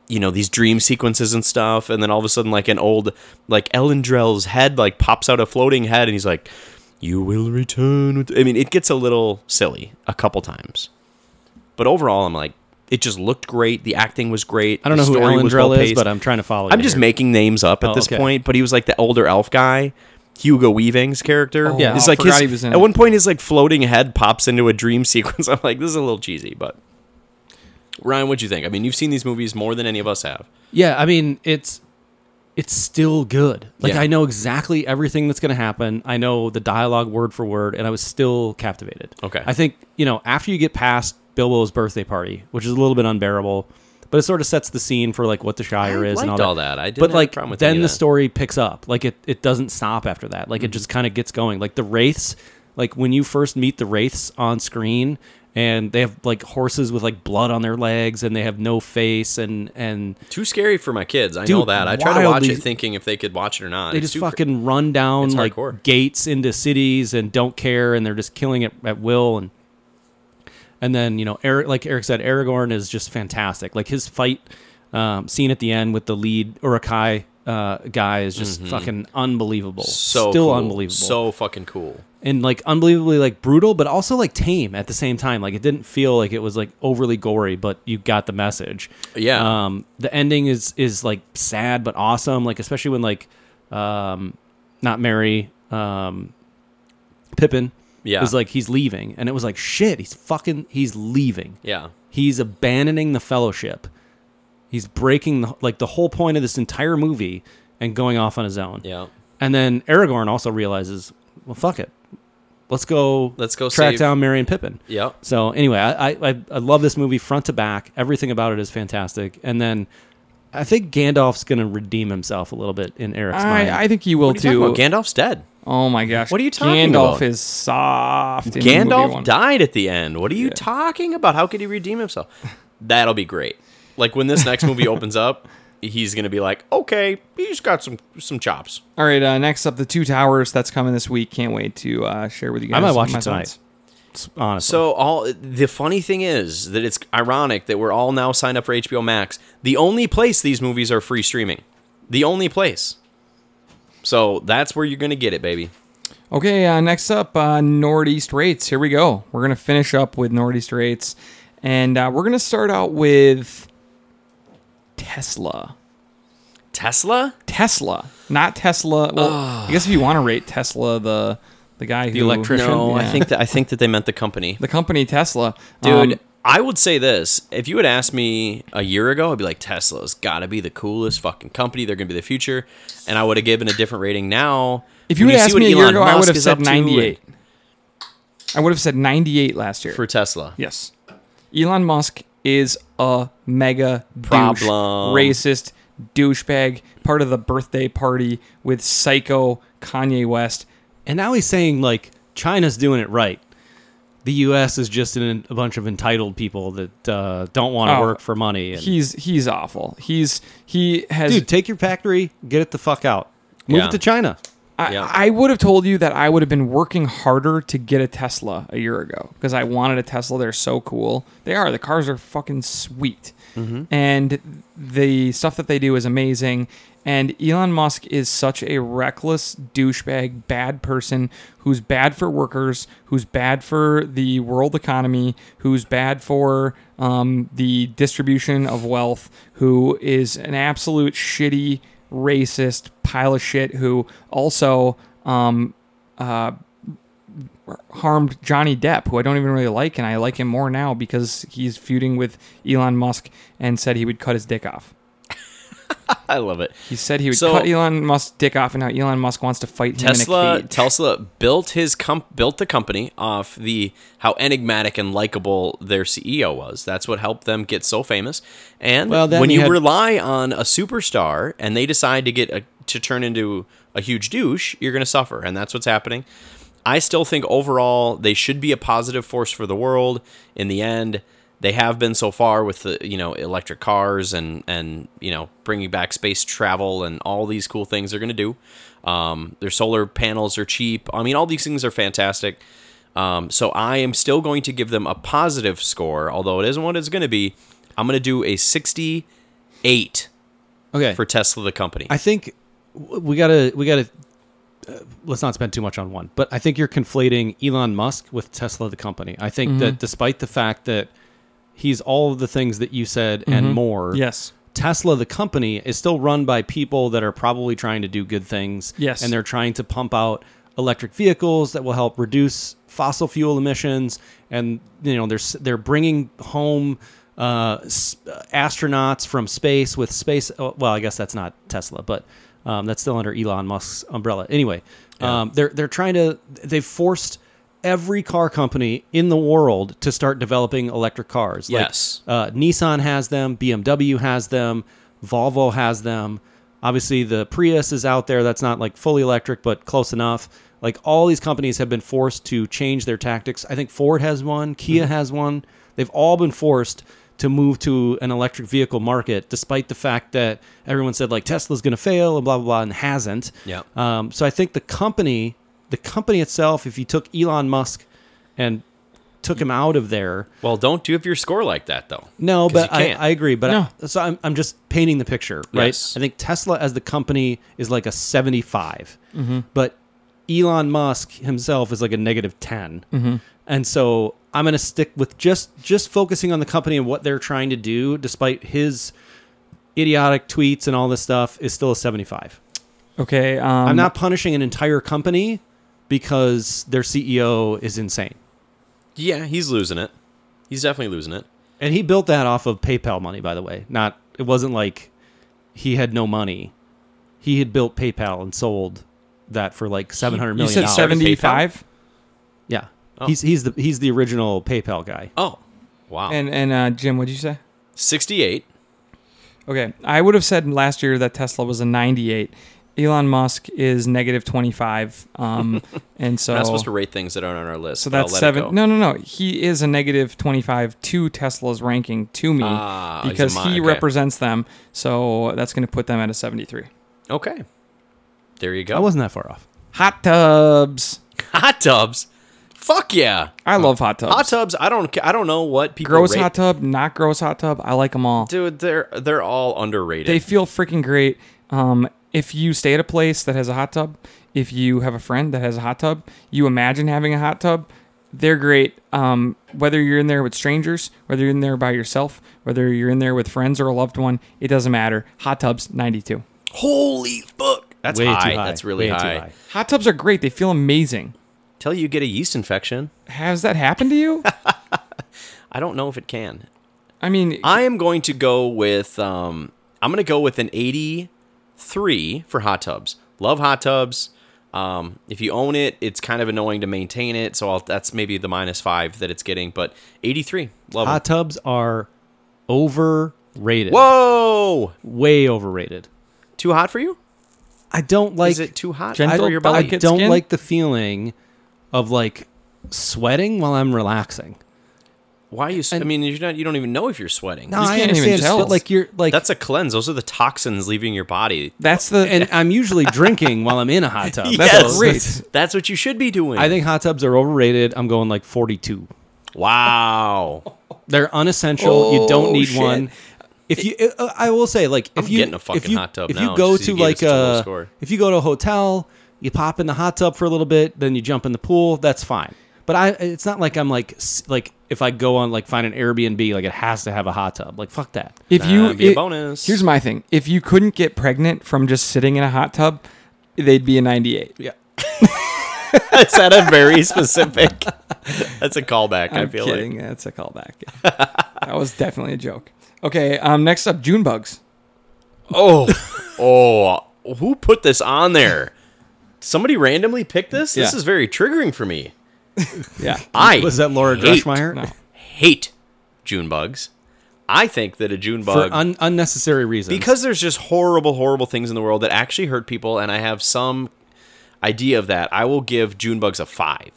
Speaker 2: you know these dream sequences and stuff and then all of a sudden like an old like Elendril's head like pops out a floating head and he's like you will return with I mean it gets a little silly a couple times but overall I'm like it just looked great the acting was great
Speaker 3: I don't know
Speaker 2: the
Speaker 3: who
Speaker 2: story was
Speaker 3: Elendril is,
Speaker 2: well-paced.
Speaker 3: but I'm trying to follow.
Speaker 2: I'm
Speaker 3: you
Speaker 2: just
Speaker 3: here.
Speaker 2: making names up at
Speaker 3: Oh,
Speaker 2: this
Speaker 3: okay.
Speaker 2: point but he was like the older elf guy Hugo Weaving's character
Speaker 1: Oh, Yeah.
Speaker 2: it's
Speaker 1: I
Speaker 2: like
Speaker 1: forgot
Speaker 2: his,
Speaker 1: he was in
Speaker 2: at
Speaker 1: it.
Speaker 2: one point his like floating head pops into a dream sequence I'm like this is a little cheesy but Ryan what'd you think I mean you've seen these movies more than any of us have
Speaker 3: Yeah, I mean it's it's still good. Like
Speaker 2: Yeah.
Speaker 3: I know exactly everything that's going to happen. I know the dialogue word for word, and I was still captivated.
Speaker 2: Okay.
Speaker 3: I think you know after you get past Bilbo's birthday party, which is a little bit unbearable, but it sort of sets the scene for like what the Shire
Speaker 2: I
Speaker 3: is and
Speaker 2: liked
Speaker 3: all
Speaker 2: all that. I didn't
Speaker 3: but
Speaker 2: have a
Speaker 3: like
Speaker 2: problem with
Speaker 3: then
Speaker 2: any of
Speaker 3: the
Speaker 2: that. Mm-hmm.
Speaker 3: story picks up. Like it it doesn't stop after that. Like it just kind of gets going. Like the wraiths. Like when you first meet the wraiths on screen. And they have like horses with like blood on their legs, and they have no face, and and
Speaker 2: Too scary for my kids. I know
Speaker 3: Dude,
Speaker 2: that. I try to watch
Speaker 3: wildly-
Speaker 2: it thinking if they could watch it or not.
Speaker 3: they
Speaker 2: It's
Speaker 3: just
Speaker 2: too cr-
Speaker 3: fucking run down
Speaker 2: it's
Speaker 3: like
Speaker 2: hardcore.
Speaker 3: gates into cities and don't care and they're just killing it at will and and then you know Eric like Eric said Aragorn is just fantastic like his fight um, scene at the end with the lead Urukai uh, guy is just fucking unbelievable
Speaker 2: Mm-hmm. so
Speaker 3: still
Speaker 2: cool.
Speaker 3: unbelievable
Speaker 2: So fucking cool.
Speaker 3: and like unbelievably like brutal but also like tame at the same time like it didn't feel like it was like overly gory but you got the message
Speaker 2: Yeah.
Speaker 3: um the ending is is like sad but awesome like especially when like um not mary um pippin
Speaker 2: Yeah.
Speaker 3: is like he's leaving and it was like shit he's fucking he's leaving
Speaker 2: Yeah.
Speaker 3: he's abandoning the fellowship he's breaking the, like the whole point of this entire movie and going off on his own
Speaker 2: Yeah.
Speaker 3: and then Aragorn also realizes, well, fuck it. let's go
Speaker 2: Let's go
Speaker 3: track
Speaker 2: save-
Speaker 3: down Mary and Pippin.
Speaker 2: Yep.
Speaker 3: So anyway, I, I- I I love this movie front to back. Everything about it is fantastic. And then I think Gandalf's gonna redeem himself a little bit in Eric's mind.
Speaker 1: I, I think you will
Speaker 2: What are you
Speaker 1: too.
Speaker 2: talking about? Gandalf's dead.
Speaker 1: oh my gosh!
Speaker 2: What are you talking
Speaker 1: Gandalf
Speaker 2: about?
Speaker 1: is soft. In movie
Speaker 2: Gandalf
Speaker 1: one.
Speaker 2: died at the end. What are you talking about? How could he redeem himself? That'll be great. Like when this next movie opens up, he's gonna be like, okay, he's got some some chops.
Speaker 1: All right, uh, next up, the Two Towers. That's coming this week. Can't wait to uh, share with you guys.
Speaker 3: I might watch
Speaker 1: my
Speaker 3: it tonight.
Speaker 1: thoughts.
Speaker 3: S- Honestly,
Speaker 2: So all the funny thing is that it's ironic that we're all now signed up for HBO Max, the only place these movies are free streaming, the only place. So that's where you're gonna get it, baby.
Speaker 1: Okay, uh, next up, uh, Northeast Rates. Here we go. We're gonna finish up with Northeast Rates, and uh, we're gonna start out with Tesla.
Speaker 2: Tesla,
Speaker 1: Tesla, not Tesla. Well, I guess if you want to rate Tesla, the the guy who the
Speaker 3: electrician?
Speaker 2: No, I think that I think that they meant the company.
Speaker 1: the company Tesla,
Speaker 2: Dude,
Speaker 1: Um,
Speaker 2: I would say this. If you had asked me a year ago, I'd be like, Tesla's got to be the coolest fucking company. They're going to be the future. And I would have given a different rating now.
Speaker 1: if you
Speaker 2: When
Speaker 1: had
Speaker 2: see
Speaker 1: asked
Speaker 2: what
Speaker 1: me a year
Speaker 2: Elon
Speaker 1: ago, I
Speaker 2: Musk
Speaker 1: would have
Speaker 2: is up
Speaker 1: said
Speaker 2: to
Speaker 1: ninety eight. I would have said ninety eight last year.
Speaker 2: For Tesla.
Speaker 1: yes, Elon Musk is a mega douche,
Speaker 2: Problem.
Speaker 1: racist douchebag, part of the birthday party with psycho Kanye West.
Speaker 3: and now he's saying like China's doing it right. The U.S. is just in a bunch of entitled people that uh, don't want to
Speaker 1: Oh,
Speaker 3: work for money. And,
Speaker 1: He's he's awful. He's he has
Speaker 3: dude, take your factory, get it the fuck out, move
Speaker 2: Yeah.
Speaker 3: it to China.
Speaker 1: I,
Speaker 2: Yeah.
Speaker 1: I would have told you that I would have been working harder to get a Tesla a year ago because I wanted a Tesla. They're so cool. They are. The cars are fucking sweet. And the stuff that they do is amazing. And Elon Musk is such a reckless douchebag, bad person who's bad for workers, who's bad for the world economy, who's bad for um, the distribution of wealth, who is an absolute shitty racist pile of shit who also um, uh, harmed Johnny Depp, who I don't even really like, and I like him more now because he's feuding with Elon Musk and said he would cut his dick off.
Speaker 2: I love it.
Speaker 1: He said he would
Speaker 2: So-
Speaker 1: cut Elon Musk's dick off, and now Elon Musk wants to fight him in a
Speaker 2: Tesla
Speaker 1: cage.
Speaker 2: Tesla built his comp built the company off the how enigmatic and likable their CEO was. That's what helped them get so famous. And
Speaker 3: Well, then
Speaker 2: when
Speaker 3: you
Speaker 2: you
Speaker 3: had-
Speaker 2: rely on a superstar and they decide to get a, to turn into a huge douche, you're going to suffer, and that's what's happening. I still think overall they should be a positive force for the world. In the end, they have been so far with the you know electric cars and and you know bringing back space travel and all these cool things they're going to do. Um, their solar panels are cheap. I mean, all these things are fantastic. Um, so I am still going to give them a positive score, although it isn't what it's going to be. I'm going to do a 68
Speaker 3: Okay,
Speaker 2: for Tesla the company.
Speaker 3: I think w- we gotta we gotta uh, let's not spend too much on one. But I think you're conflating Elon Musk with Tesla the company. I think that despite the fact that he's all of the things that you said and more,
Speaker 1: Yes.
Speaker 3: Tesla the company is still run by people that are probably trying to do good things.
Speaker 1: Yes.
Speaker 3: and they're trying to pump out electric vehicles that will help reduce fossil fuel emissions, and you know they're s- they're bringing home. Uh, s- astronauts from space with space. oh, Well, I guess that's not Tesla, but um, that's still under Elon Musk's umbrella. Anyway, um, they're they're trying to. They've forced every car company in the world to start developing electric cars. Like,
Speaker 2: Yes.
Speaker 3: uh, Nissan has them, BMW has them, Volvo has them. Obviously, the Prius is out there. That's not like fully electric, but close enough. Like all these companies have been forced to change their tactics. I think Ford has one, Kia has one. They've all been forced to move to an electric vehicle market, despite the fact that everyone said like Tesla's going to fail and blah blah blah, and hasn't.
Speaker 2: Yeah.
Speaker 3: Um, so I think the company, the company itself, if you took Elon Musk and took him out of there,
Speaker 2: well, don't do if your score like that though.
Speaker 3: no,
Speaker 2: 'Cause
Speaker 3: but
Speaker 2: you
Speaker 3: I,
Speaker 2: can't.
Speaker 3: I agree. But
Speaker 1: No.
Speaker 3: I, so I'm, I'm just painting the picture, right?
Speaker 2: Yes.
Speaker 3: I think Tesla as the company is like a 75, but Elon Musk himself is like a negative 10. And so I'm going to stick with just just focusing on the company and what they're trying to do, despite his idiotic tweets and all this stuff, is still a 75.
Speaker 1: Okay. Um,
Speaker 3: I'm not punishing an entire company because their CEO is insane.
Speaker 2: Yeah, he's losing it. He's definitely losing it.
Speaker 3: And he built that off of PayPal money, by the way. Not it wasn't like he had no money. He had built PayPal and sold that for like seven hundred
Speaker 1: You
Speaker 3: million
Speaker 1: said
Speaker 3: dollars.
Speaker 1: seventy five.
Speaker 3: He's he's the he's the original PayPal guy.
Speaker 2: Oh, wow.
Speaker 1: And and uh, Jim, what'd you say?
Speaker 2: 68.
Speaker 1: Okay, I would have said last year that Tesla was a 98. Elon Musk is negative 25, um, and so
Speaker 2: We're not supposed to rate things that aren't on our list.
Speaker 1: so
Speaker 2: but I'll
Speaker 1: that's
Speaker 2: let it go.
Speaker 1: seven. No, no, no. He is a negative 25 to Tesla's ranking to me
Speaker 2: Ah, he's a
Speaker 1: because
Speaker 2: mi-
Speaker 1: he
Speaker 2: okay.
Speaker 1: represents them. So that's going to put them at a 73.
Speaker 2: Okay. There you
Speaker 3: I
Speaker 2: go.
Speaker 3: wasn't that far off.
Speaker 1: Hot tubs.
Speaker 2: hot tubs. Fuck yeah.
Speaker 1: I love hot tubs.
Speaker 2: Hot tubs. I don't. ca- I don't know what people.
Speaker 1: gross
Speaker 2: rate.
Speaker 1: hot tub, not gross hot tub. I like them all.
Speaker 2: Dude, they're they're all underrated.
Speaker 1: They feel freaking great. Um, if you stay at a place that has a hot tub, if you have a friend that has a hot tub, you imagine having a hot tub. They're great. Um, whether you're in there with strangers, whether you're in there by yourself, whether you're in there with friends or a loved one, it doesn't matter. Hot tubs, 92.
Speaker 2: Holy fuck. That's
Speaker 3: Way too
Speaker 2: high.
Speaker 3: high.
Speaker 2: That's really
Speaker 3: Way too
Speaker 2: high.
Speaker 3: high.
Speaker 1: Hot tubs are great. They feel amazing.
Speaker 2: Till you get a yeast infection.
Speaker 1: Has that happened to you?
Speaker 2: I don't know if it can.
Speaker 1: I mean,
Speaker 2: I am going to go with um I'm going to go with an 83 for hot tubs. Love hot tubs. Um if you own it, it's kind of annoying to maintain it, so I'll, that's maybe the minus 5 that it's getting, but 83. Love
Speaker 3: Hot
Speaker 2: it.
Speaker 3: tubs are overrated.
Speaker 2: Whoa!
Speaker 3: Way overrated.
Speaker 2: Too hot for you?
Speaker 3: I don't like
Speaker 2: Is it too hot
Speaker 1: Gentle
Speaker 2: for your
Speaker 1: belly
Speaker 2: body?
Speaker 1: kick.
Speaker 3: I don't
Speaker 1: skin?
Speaker 3: like the feeling of like sweating while I'm relaxing.
Speaker 2: Why are you s- I mean, you're not you don't even know if you're sweating.
Speaker 3: No,
Speaker 1: just
Speaker 3: I
Speaker 1: can't even
Speaker 3: understand. just
Speaker 1: tell.
Speaker 3: feel like you're like
Speaker 2: That's a cleanse. Those are the toxins leaving your body.
Speaker 1: that's the.
Speaker 3: and I'm usually drinking while I'm in a hot tub.
Speaker 1: That's
Speaker 2: yes,
Speaker 1: great.
Speaker 2: that's what you should be doing.
Speaker 3: I think hot tubs are overrated. I'm going like 42.
Speaker 2: Wow.
Speaker 3: They're unessential. you
Speaker 1: Oh,
Speaker 3: don't need
Speaker 1: shit.
Speaker 3: one. If you, uh, I will say, like, if
Speaker 2: I'm
Speaker 3: you
Speaker 2: getting a fucking
Speaker 3: if you,
Speaker 2: hot tub
Speaker 3: if
Speaker 2: now,
Speaker 3: you go
Speaker 2: so
Speaker 3: to
Speaker 2: you gave
Speaker 3: like
Speaker 2: us such a low
Speaker 3: a,
Speaker 2: score.
Speaker 3: if you go to a hotel, you pop in the hot tub for a little bit, then you jump in the pool. That's fine. But I, it's not like I'm like s- like if I go on like find an Airbnb, like it has to have a hot tub. Like fuck that.
Speaker 1: If
Speaker 2: Nah,
Speaker 1: you
Speaker 2: be a
Speaker 1: it-
Speaker 2: bonus.
Speaker 1: Here's my thing: if you couldn't get pregnant from just sitting in a hot tub, they'd be a 98.
Speaker 3: Yeah.
Speaker 2: Is that a very specific? That's a callback. i
Speaker 1: I'm
Speaker 2: feel
Speaker 1: kidding.
Speaker 2: like
Speaker 1: That's a callback. that was definitely a joke. Okay. Um. Next up, June bugs.
Speaker 2: oh oh who put this on there? Somebody randomly picked this. This
Speaker 1: Yeah.
Speaker 2: is very triggering for me.
Speaker 1: Yeah.
Speaker 2: I
Speaker 3: Was that Laura
Speaker 2: hate,
Speaker 3: Drushmeyer?
Speaker 1: No.
Speaker 2: Hate June bugs. I think that a June
Speaker 3: For
Speaker 2: bug
Speaker 3: un- unnecessary reasons.
Speaker 2: because there's just horrible, horrible things in the world that actually hurt people, and I have some idea of that. I will give June bugs a five.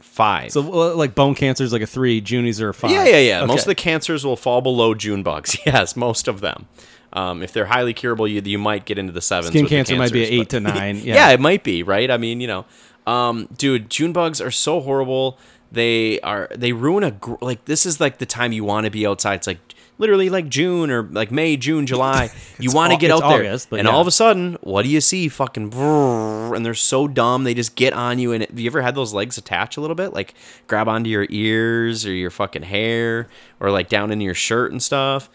Speaker 2: five.
Speaker 3: so well, like bone cancer is like a three, Junies are a five.
Speaker 2: Yeah, yeah, yeah.
Speaker 3: Okay.
Speaker 2: Most of the cancers will fall below June bugs. Yes, most of them. Um, if they're highly curable, you you might get into the sevens.
Speaker 3: skin
Speaker 2: with the
Speaker 3: cancer might be an
Speaker 2: cancers,
Speaker 3: eight
Speaker 2: but-
Speaker 3: to nine. Yeah.
Speaker 2: Yeah. it might be right. I mean, you know, um, dude, June bugs are so horrible. They are they ruin a gr- like this is like the time you want to be outside. It's like literally like June or like May, June, July. you want to
Speaker 3: au-
Speaker 2: get out
Speaker 3: it's
Speaker 2: there,
Speaker 3: August, but
Speaker 2: and
Speaker 3: yeah.
Speaker 2: all of a sudden, what do you see? Fucking brrr, and they're so dumb. They just get on you. And it, have you ever had those legs attach a little bit, like grab onto your ears or your fucking hair or like down into your shirt and stuff?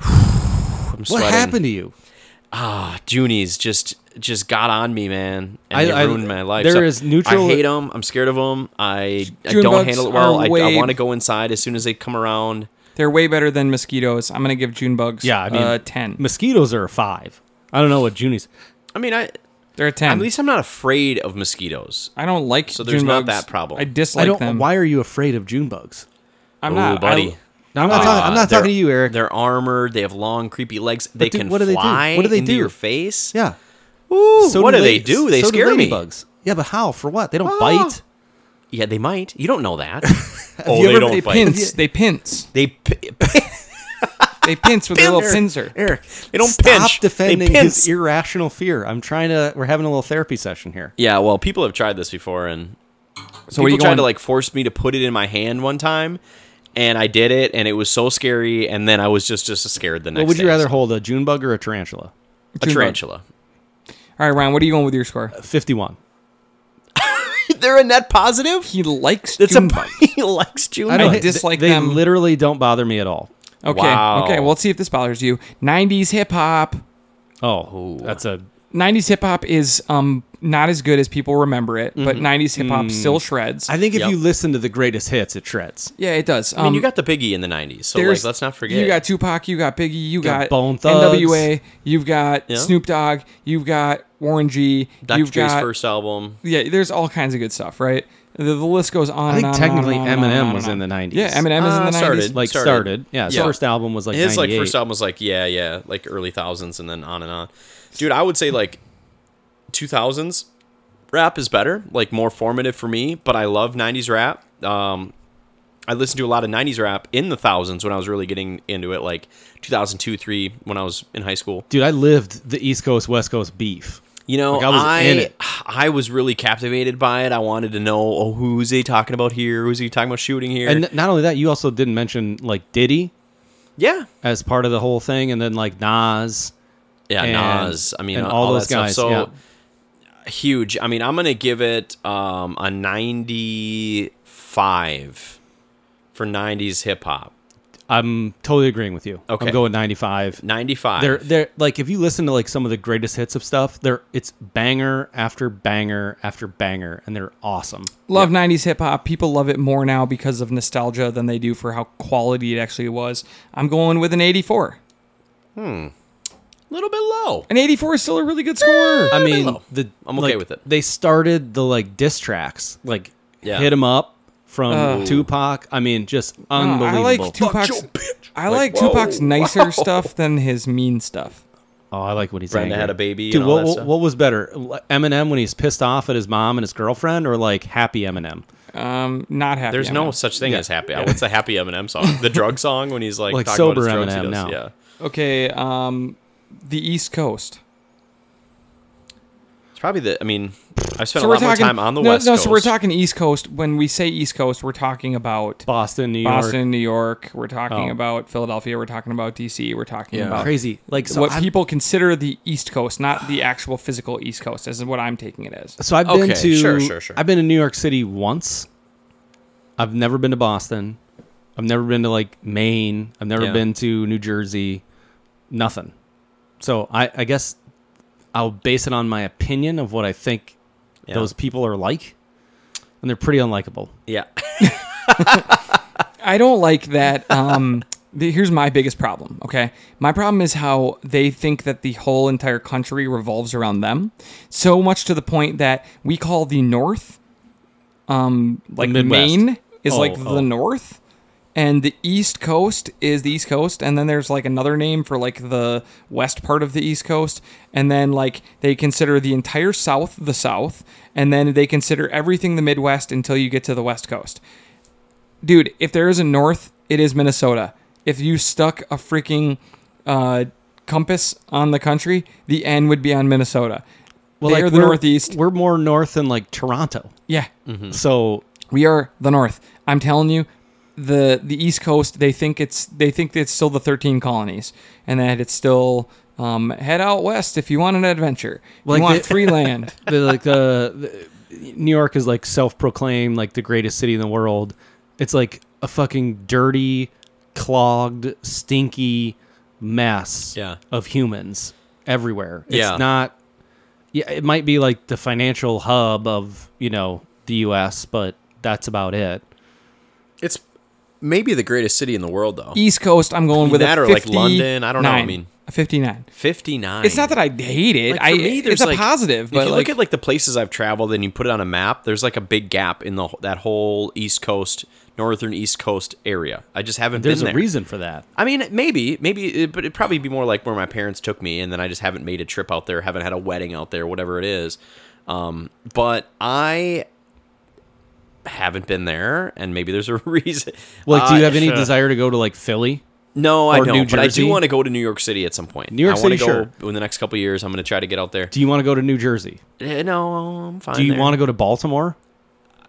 Speaker 2: I'm
Speaker 3: What
Speaker 2: sweating.
Speaker 3: happened to you?
Speaker 2: Ah, Junies just just got on me, man, and
Speaker 3: I-
Speaker 2: they
Speaker 3: I-
Speaker 2: ruined my life.
Speaker 3: there
Speaker 2: so
Speaker 3: is neutral-
Speaker 2: I hate them. I'm scared of them. I, I
Speaker 1: June
Speaker 2: don't
Speaker 1: bugs
Speaker 2: handle it
Speaker 1: are
Speaker 2: well. I,
Speaker 1: way-
Speaker 2: want to go inside as soon as they come around.
Speaker 1: They're way better than mosquitoes. I'm gonna give June bugs.
Speaker 3: Yeah, I mean,
Speaker 2: Uh,
Speaker 1: a 10.
Speaker 3: Mosquitoes are a five. I don't know what Junies.
Speaker 2: I mean, I
Speaker 1: They're a 10.
Speaker 2: at least I'm not afraid of mosquitoes.
Speaker 1: I don't like. So
Speaker 2: there's
Speaker 1: June
Speaker 2: not
Speaker 1: bugs.
Speaker 2: that problem.
Speaker 1: I dislike
Speaker 3: I don't.
Speaker 1: them.
Speaker 3: Why are you afraid of June bugs?
Speaker 1: I'm
Speaker 2: Ooh,
Speaker 1: not, I-
Speaker 2: buddy.
Speaker 3: No, I'm not. talking, I'm
Speaker 2: Uh,
Speaker 3: not
Speaker 2: they're-
Speaker 3: talking to you, Eric.
Speaker 2: They're armored. They have long, creepy legs. They
Speaker 3: dude,
Speaker 2: can
Speaker 3: what do they do?
Speaker 2: fly
Speaker 3: What do they
Speaker 2: into
Speaker 3: do?
Speaker 2: your face.
Speaker 3: Yeah.
Speaker 2: Ooh, what do
Speaker 3: la-
Speaker 2: they do? They
Speaker 3: so
Speaker 2: scare me. Ah,
Speaker 3: ladybugs. Yeah, but how? For what? They don't bite.
Speaker 2: Yeah, they might. You don't know that.
Speaker 1: Have
Speaker 2: oh,
Speaker 1: you
Speaker 2: they
Speaker 1: ever-
Speaker 2: don't
Speaker 1: they
Speaker 2: bite.
Speaker 1: pinch. They pinch.
Speaker 2: They pi-
Speaker 1: They pinch with a little
Speaker 2: Pinch.
Speaker 1: pincer.
Speaker 3: Eric,
Speaker 2: They don't
Speaker 3: stop
Speaker 2: pinch. They
Speaker 3: defending his
Speaker 2: pinch.
Speaker 3: irrational fear. I'm trying to. We're having a little therapy session here.
Speaker 2: yeah. Well, people have tried this before, and
Speaker 1: So what are
Speaker 2: people
Speaker 1: you
Speaker 2: tried
Speaker 1: going
Speaker 2: to like force me to put it in my hand one time, and I did it, and it was so scary. And then I was just just as scared the next.
Speaker 3: What would you
Speaker 2: day.
Speaker 3: rather hold, a June bug or a tarantula?
Speaker 2: A
Speaker 1: June bug?
Speaker 2: tarantula.
Speaker 1: All right, Ryan. What are you going with your score?
Speaker 3: Fifty-one.
Speaker 2: They're a net positive.
Speaker 1: He likes.
Speaker 2: That's
Speaker 1: June
Speaker 2: a
Speaker 1: bugs.
Speaker 2: he likes June.
Speaker 1: I don't
Speaker 3: They-
Speaker 2: bugs.
Speaker 1: dislike
Speaker 3: they
Speaker 1: them.
Speaker 3: literally don't bother me at all.
Speaker 1: Okay.
Speaker 2: Wow.
Speaker 1: Okay. Well, let's see if this bothers you. 90s hip hop.
Speaker 3: Oh, that's a
Speaker 1: 90s hip hop is um not as good as people remember it,
Speaker 2: Mm-hmm.
Speaker 1: but 90s hip
Speaker 2: Hmm.
Speaker 1: hop still shreds.
Speaker 3: I think if
Speaker 2: Yep.
Speaker 3: you listen to the greatest hits, it shreds.
Speaker 1: yeah, it does. Um,
Speaker 2: I mean, you got the biggie in the '90s, so like, let's not forget.
Speaker 1: You got Tupac, you got Biggie, you
Speaker 3: Got
Speaker 1: got,
Speaker 3: Bone Thugs.
Speaker 1: NWA, you've got
Speaker 2: Yeah.
Speaker 1: Snoop Dogg, you've got Warren G,
Speaker 2: Dr.
Speaker 1: you've
Speaker 2: Dre's
Speaker 1: got
Speaker 2: first album.
Speaker 1: yeah. There's all kinds of good stuff, right? The, the list goes on. and
Speaker 3: I think
Speaker 1: on and on
Speaker 3: technically
Speaker 1: and on and on
Speaker 3: Eminem
Speaker 1: and on
Speaker 3: was
Speaker 1: and
Speaker 3: in
Speaker 1: on.
Speaker 3: the 90s.
Speaker 1: Yeah, Eminem is in
Speaker 2: Uh,
Speaker 1: the 90s.
Speaker 2: started.
Speaker 3: like
Speaker 2: started.
Speaker 3: started. Yeah, his
Speaker 2: Yeah.
Speaker 3: first album was like
Speaker 2: his like
Speaker 3: 98.
Speaker 2: first album was like yeah yeah like early thousands and then on and on dude i would say like 2000s rap is better like more formative for me but i love 90s rap um i listened to a lot of 90s rap in the thousands when i was really getting into it like 2002 3 when i was in high school
Speaker 3: Dude, I lived the East Coast West Coast beef.
Speaker 2: you know,
Speaker 3: Like,
Speaker 2: I
Speaker 3: I was
Speaker 2: I,
Speaker 3: in it.
Speaker 2: was really captivated by it. I wanted to know, oh, who's he talking about here? Who's he talking about shooting here?
Speaker 3: And n- not only that, you also didn't mention like Diddy
Speaker 2: yeah,
Speaker 3: as part of the whole thing and then like Nas.
Speaker 2: yeah,
Speaker 3: and-
Speaker 2: Nas. I mean,
Speaker 3: and
Speaker 2: all,
Speaker 3: all
Speaker 2: that
Speaker 3: those
Speaker 2: stuff.
Speaker 3: guys,
Speaker 2: So huge. I mean, I'm gonna give it um, a 95 for 90s hip hop.
Speaker 3: I'm totally agreeing with you.
Speaker 2: Okay.
Speaker 3: I'm going 95.
Speaker 2: 95.
Speaker 3: They're they're like if you listen to like some of the greatest hits of stuff, they're it's banger after banger after banger and they're awesome.
Speaker 1: Love 90s hip hop. People love it more now because of nostalgia than they do for how quality it actually was. I'm going with an 84.
Speaker 2: a little bit low.
Speaker 1: An 84 is still a really good score.
Speaker 3: I
Speaker 2: bit
Speaker 3: mean,
Speaker 2: low.
Speaker 3: the
Speaker 2: I'm okay
Speaker 3: like,
Speaker 2: with it.
Speaker 3: They started the like diss tracks, like
Speaker 2: Yeah.
Speaker 3: hit 'em up from Tupac. Oh. I mean, just
Speaker 1: Uh,
Speaker 3: unbelievable.
Speaker 1: I like
Speaker 2: Fuck
Speaker 1: Tupac's.
Speaker 2: your bitch.
Speaker 1: I
Speaker 2: Like,
Speaker 1: like,
Speaker 2: whoa,
Speaker 1: Tupac's nicer stuff than his mean stuff.
Speaker 3: oh, I like what he's.
Speaker 2: Brenda
Speaker 3: angry.
Speaker 2: had a baby
Speaker 3: Dude,
Speaker 2: and all
Speaker 3: what,
Speaker 2: that
Speaker 3: what-
Speaker 2: stuff.
Speaker 3: what was better, L- Eminem when he's pissed off at his mom and his girlfriend, or like happy Eminem?
Speaker 1: Um, not happy.
Speaker 2: There's
Speaker 1: I'm
Speaker 2: no
Speaker 1: not.
Speaker 2: such thing as happy. What's the happy Eminem song? The drug song when he's like,
Speaker 3: Like
Speaker 2: talking about his
Speaker 3: sober
Speaker 2: drugs he
Speaker 3: Eminem
Speaker 2: does.
Speaker 3: now.
Speaker 2: Yeah.
Speaker 1: Okay. Um, the East Coast.
Speaker 2: It's probably the. I mean, I spent
Speaker 1: So
Speaker 2: a
Speaker 1: we're
Speaker 2: lot
Speaker 1: talking
Speaker 2: more time on the
Speaker 1: no,
Speaker 2: west
Speaker 1: no.
Speaker 2: coast.
Speaker 1: So we're talking East Coast. When we say East Coast, we're talking about
Speaker 3: Boston, New
Speaker 1: Boston,
Speaker 3: York,
Speaker 1: New York. We're talking
Speaker 3: Oh.
Speaker 1: about Philadelphia. We're talking about DC. We're talking
Speaker 2: Yeah.
Speaker 1: about
Speaker 3: crazy. Like so,
Speaker 1: what
Speaker 3: I've,
Speaker 1: people consider the East Coast, not the actual physical East Coast. This is what I'm taking it as.
Speaker 3: so I've
Speaker 2: Okay,
Speaker 3: been to.
Speaker 2: sure, sure, sure.
Speaker 3: I've been to New York City once. I've never been to Boston. I've never been to like Maine. I've never
Speaker 2: Yeah.
Speaker 3: been to New Jersey. Nothing. So I, I guess I'll base it on my opinion of what I think
Speaker 2: Yeah.
Speaker 3: those people are like, and they're pretty unlikable.
Speaker 2: Yeah.
Speaker 1: I don't like that. Um, the, here's my biggest problem. Okay, my problem is how they think that the whole entire country revolves around them, so much to the point that we call the North, um, like
Speaker 3: Midwest.
Speaker 1: Maine is
Speaker 3: Oh,
Speaker 1: like
Speaker 3: oh.
Speaker 1: the North, and the East Coast is the East Coast, and then there's like another name for like the West part of the East Coast, and then like they consider the entire South the South, and then they consider everything the Midwest until you get to the West Coast dude, if there is a north, it is Minnesota. If you stuck a freaking uh, compass on the country, the end would be on Minnesota. Well, they
Speaker 3: like,
Speaker 1: are the
Speaker 3: we're-
Speaker 1: Northeast.
Speaker 3: We're more north than like Toronto.
Speaker 1: Yeah,
Speaker 2: Mm-hmm.
Speaker 3: So
Speaker 1: we are the North. I'm telling you, the the East Coast. They think it's they think it's still the 13 colonies, and that it's still um, head out west if you want an adventure. If
Speaker 3: Like
Speaker 1: you want
Speaker 3: the-
Speaker 1: free land.
Speaker 3: the, like the, the New York is like self-proclaimed like the greatest city in the world. It's like a fucking dirty, clogged, stinky mess
Speaker 2: Yeah.
Speaker 3: of humans everywhere. It's
Speaker 2: Yeah.
Speaker 3: not yeah, it might be like the financial hub of, you know, the US, but that's about it.
Speaker 2: it's maybe the greatest city in the world, though.
Speaker 1: East Coast. I'm going with
Speaker 2: that
Speaker 1: a
Speaker 2: or,
Speaker 1: 50,
Speaker 2: like, London, I don't know, I mean-
Speaker 1: a 59.
Speaker 2: 59.
Speaker 1: It's not that I hate it.
Speaker 2: Like, for
Speaker 1: I
Speaker 2: me, there's,
Speaker 1: it's a
Speaker 2: like-
Speaker 1: positive, but
Speaker 2: if you
Speaker 1: like,
Speaker 2: look at like the places I've traveled and you put it on a map, there's like a big gap in the that whole East Coast, northern East Coast area. I just haven't
Speaker 3: There's
Speaker 2: been
Speaker 3: a
Speaker 2: there.
Speaker 3: reason for that.
Speaker 2: I mean, maybe, maybe, it, but it'd probably be more like where my parents took me, and then I just haven't made a trip out there, haven't had a wedding out there, whatever it is. Um, but I haven't been there, and maybe there's a reason.
Speaker 3: Well, like do you have any
Speaker 2: Uh,
Speaker 3: desire to go to like Philly?
Speaker 2: No, I
Speaker 3: or
Speaker 2: don't.
Speaker 3: New
Speaker 2: but I do
Speaker 3: Jersey?
Speaker 2: want to go to New York City at some point.
Speaker 3: New York
Speaker 2: I wanna
Speaker 3: City,
Speaker 2: go
Speaker 3: sure.
Speaker 2: in the next couple of years. I'm going to try to get out there.
Speaker 3: Do you want to go to New Jersey?
Speaker 2: Eh, no, I'm fine.
Speaker 3: Do you
Speaker 2: there.
Speaker 3: want to go to Baltimore?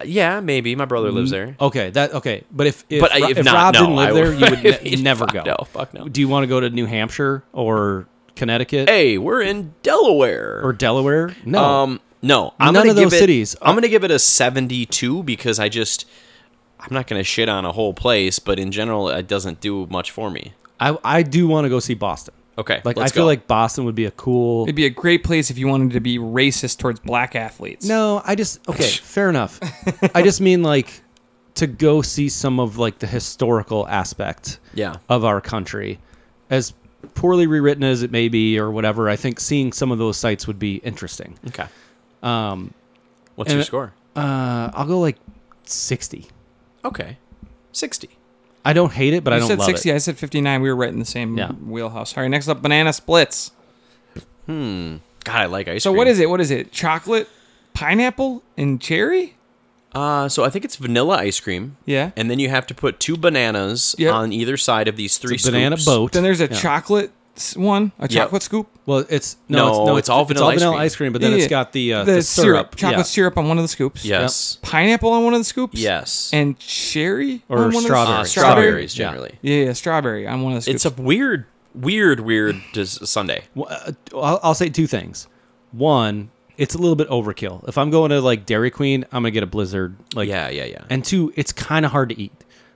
Speaker 2: Yeah, maybe. My brother lives there.
Speaker 3: Okay, that okay. But Mm, oh, if if,
Speaker 2: But I-
Speaker 3: Ro-
Speaker 2: if
Speaker 3: if,
Speaker 2: not,
Speaker 3: Rob
Speaker 2: no,
Speaker 3: didn't
Speaker 2: I
Speaker 3: live there,
Speaker 2: would-
Speaker 3: you would ne- you'd never
Speaker 2: Fuck
Speaker 3: go.
Speaker 2: no, fuck no.
Speaker 3: Do you want to go to New Hampshire or Connecticut
Speaker 2: Hey, we're in Delaware.
Speaker 3: or Delaware? No.
Speaker 2: um, no, I'm
Speaker 3: None
Speaker 2: gonna
Speaker 3: of
Speaker 2: give
Speaker 3: those
Speaker 2: it,
Speaker 3: cities.
Speaker 2: I'm gonna give it a 72 because I just I'm not gonna shit on a whole place, but in general, it doesn't do much for me.
Speaker 3: I I do want to go see Boston.
Speaker 2: Okay,
Speaker 3: Like
Speaker 2: let's
Speaker 3: I feel
Speaker 2: go.
Speaker 3: like Boston would be a cool.
Speaker 1: It'd be a great place if you wanted to be racist towards black athletes.
Speaker 3: No, I just okay, fair enough. I just mean like to go see some of like the historical aspect
Speaker 2: yeah,
Speaker 3: of our country. As poorly rewritten as it may be or whatever, I think seeing some of those sites would be interesting.
Speaker 2: okay.
Speaker 3: Um
Speaker 2: What's
Speaker 3: and-
Speaker 2: your score?
Speaker 3: uh I'll go like sixty.
Speaker 2: Okay, sixty.
Speaker 3: I don't hate it, but I
Speaker 1: you
Speaker 3: don't
Speaker 1: said
Speaker 3: love
Speaker 1: 60.
Speaker 3: it.
Speaker 1: I said 59. We were right in the same
Speaker 3: Yeah.
Speaker 1: wheelhouse. All right, next up, banana splits.
Speaker 2: God, I like ice
Speaker 1: So
Speaker 2: cream.
Speaker 1: what is it? What is it? Chocolate, pineapple, and cherry?
Speaker 2: Uh, so I think it's vanilla ice cream.
Speaker 1: Yeah.
Speaker 2: And then you have to put two bananas
Speaker 1: Yep.
Speaker 2: on either side of these three.
Speaker 3: It's a banana
Speaker 2: scoops.
Speaker 3: boat.
Speaker 1: Then there's a
Speaker 3: Yeah.
Speaker 1: chocolate s- one, a
Speaker 2: Yep.
Speaker 1: chocolate scoop.
Speaker 3: Well, it's no,
Speaker 2: No,
Speaker 3: it's, no,
Speaker 2: it's all vanilla ice cream.
Speaker 3: ice cream, but then
Speaker 1: Yeah,
Speaker 3: it's
Speaker 1: yeah.
Speaker 3: got the uh, the, syrup, Yeah.
Speaker 1: chocolate syrup on one of the scoops.
Speaker 2: Yes.
Speaker 1: Pineapple on one of the scoops.
Speaker 2: Yes.
Speaker 1: And cherry
Speaker 3: Or
Speaker 1: on one of the- Ah,
Speaker 3: strawberry.
Speaker 2: Uh,
Speaker 1: strawberry.
Speaker 2: strawberries
Speaker 3: Yeah.
Speaker 2: generally.
Speaker 1: Yeah, yeah, strawberry on one of the scoops.
Speaker 2: It's a weird, weird, weird dis- Sunday.
Speaker 3: Well, uh, I'll, I'll say two things. One, it's a little bit overkill. If I'm going to like Dairy Queen, I'm gonna get a Blizzard. Like
Speaker 2: Yeah, yeah, yeah.
Speaker 3: And two, it's kind of hard to eat.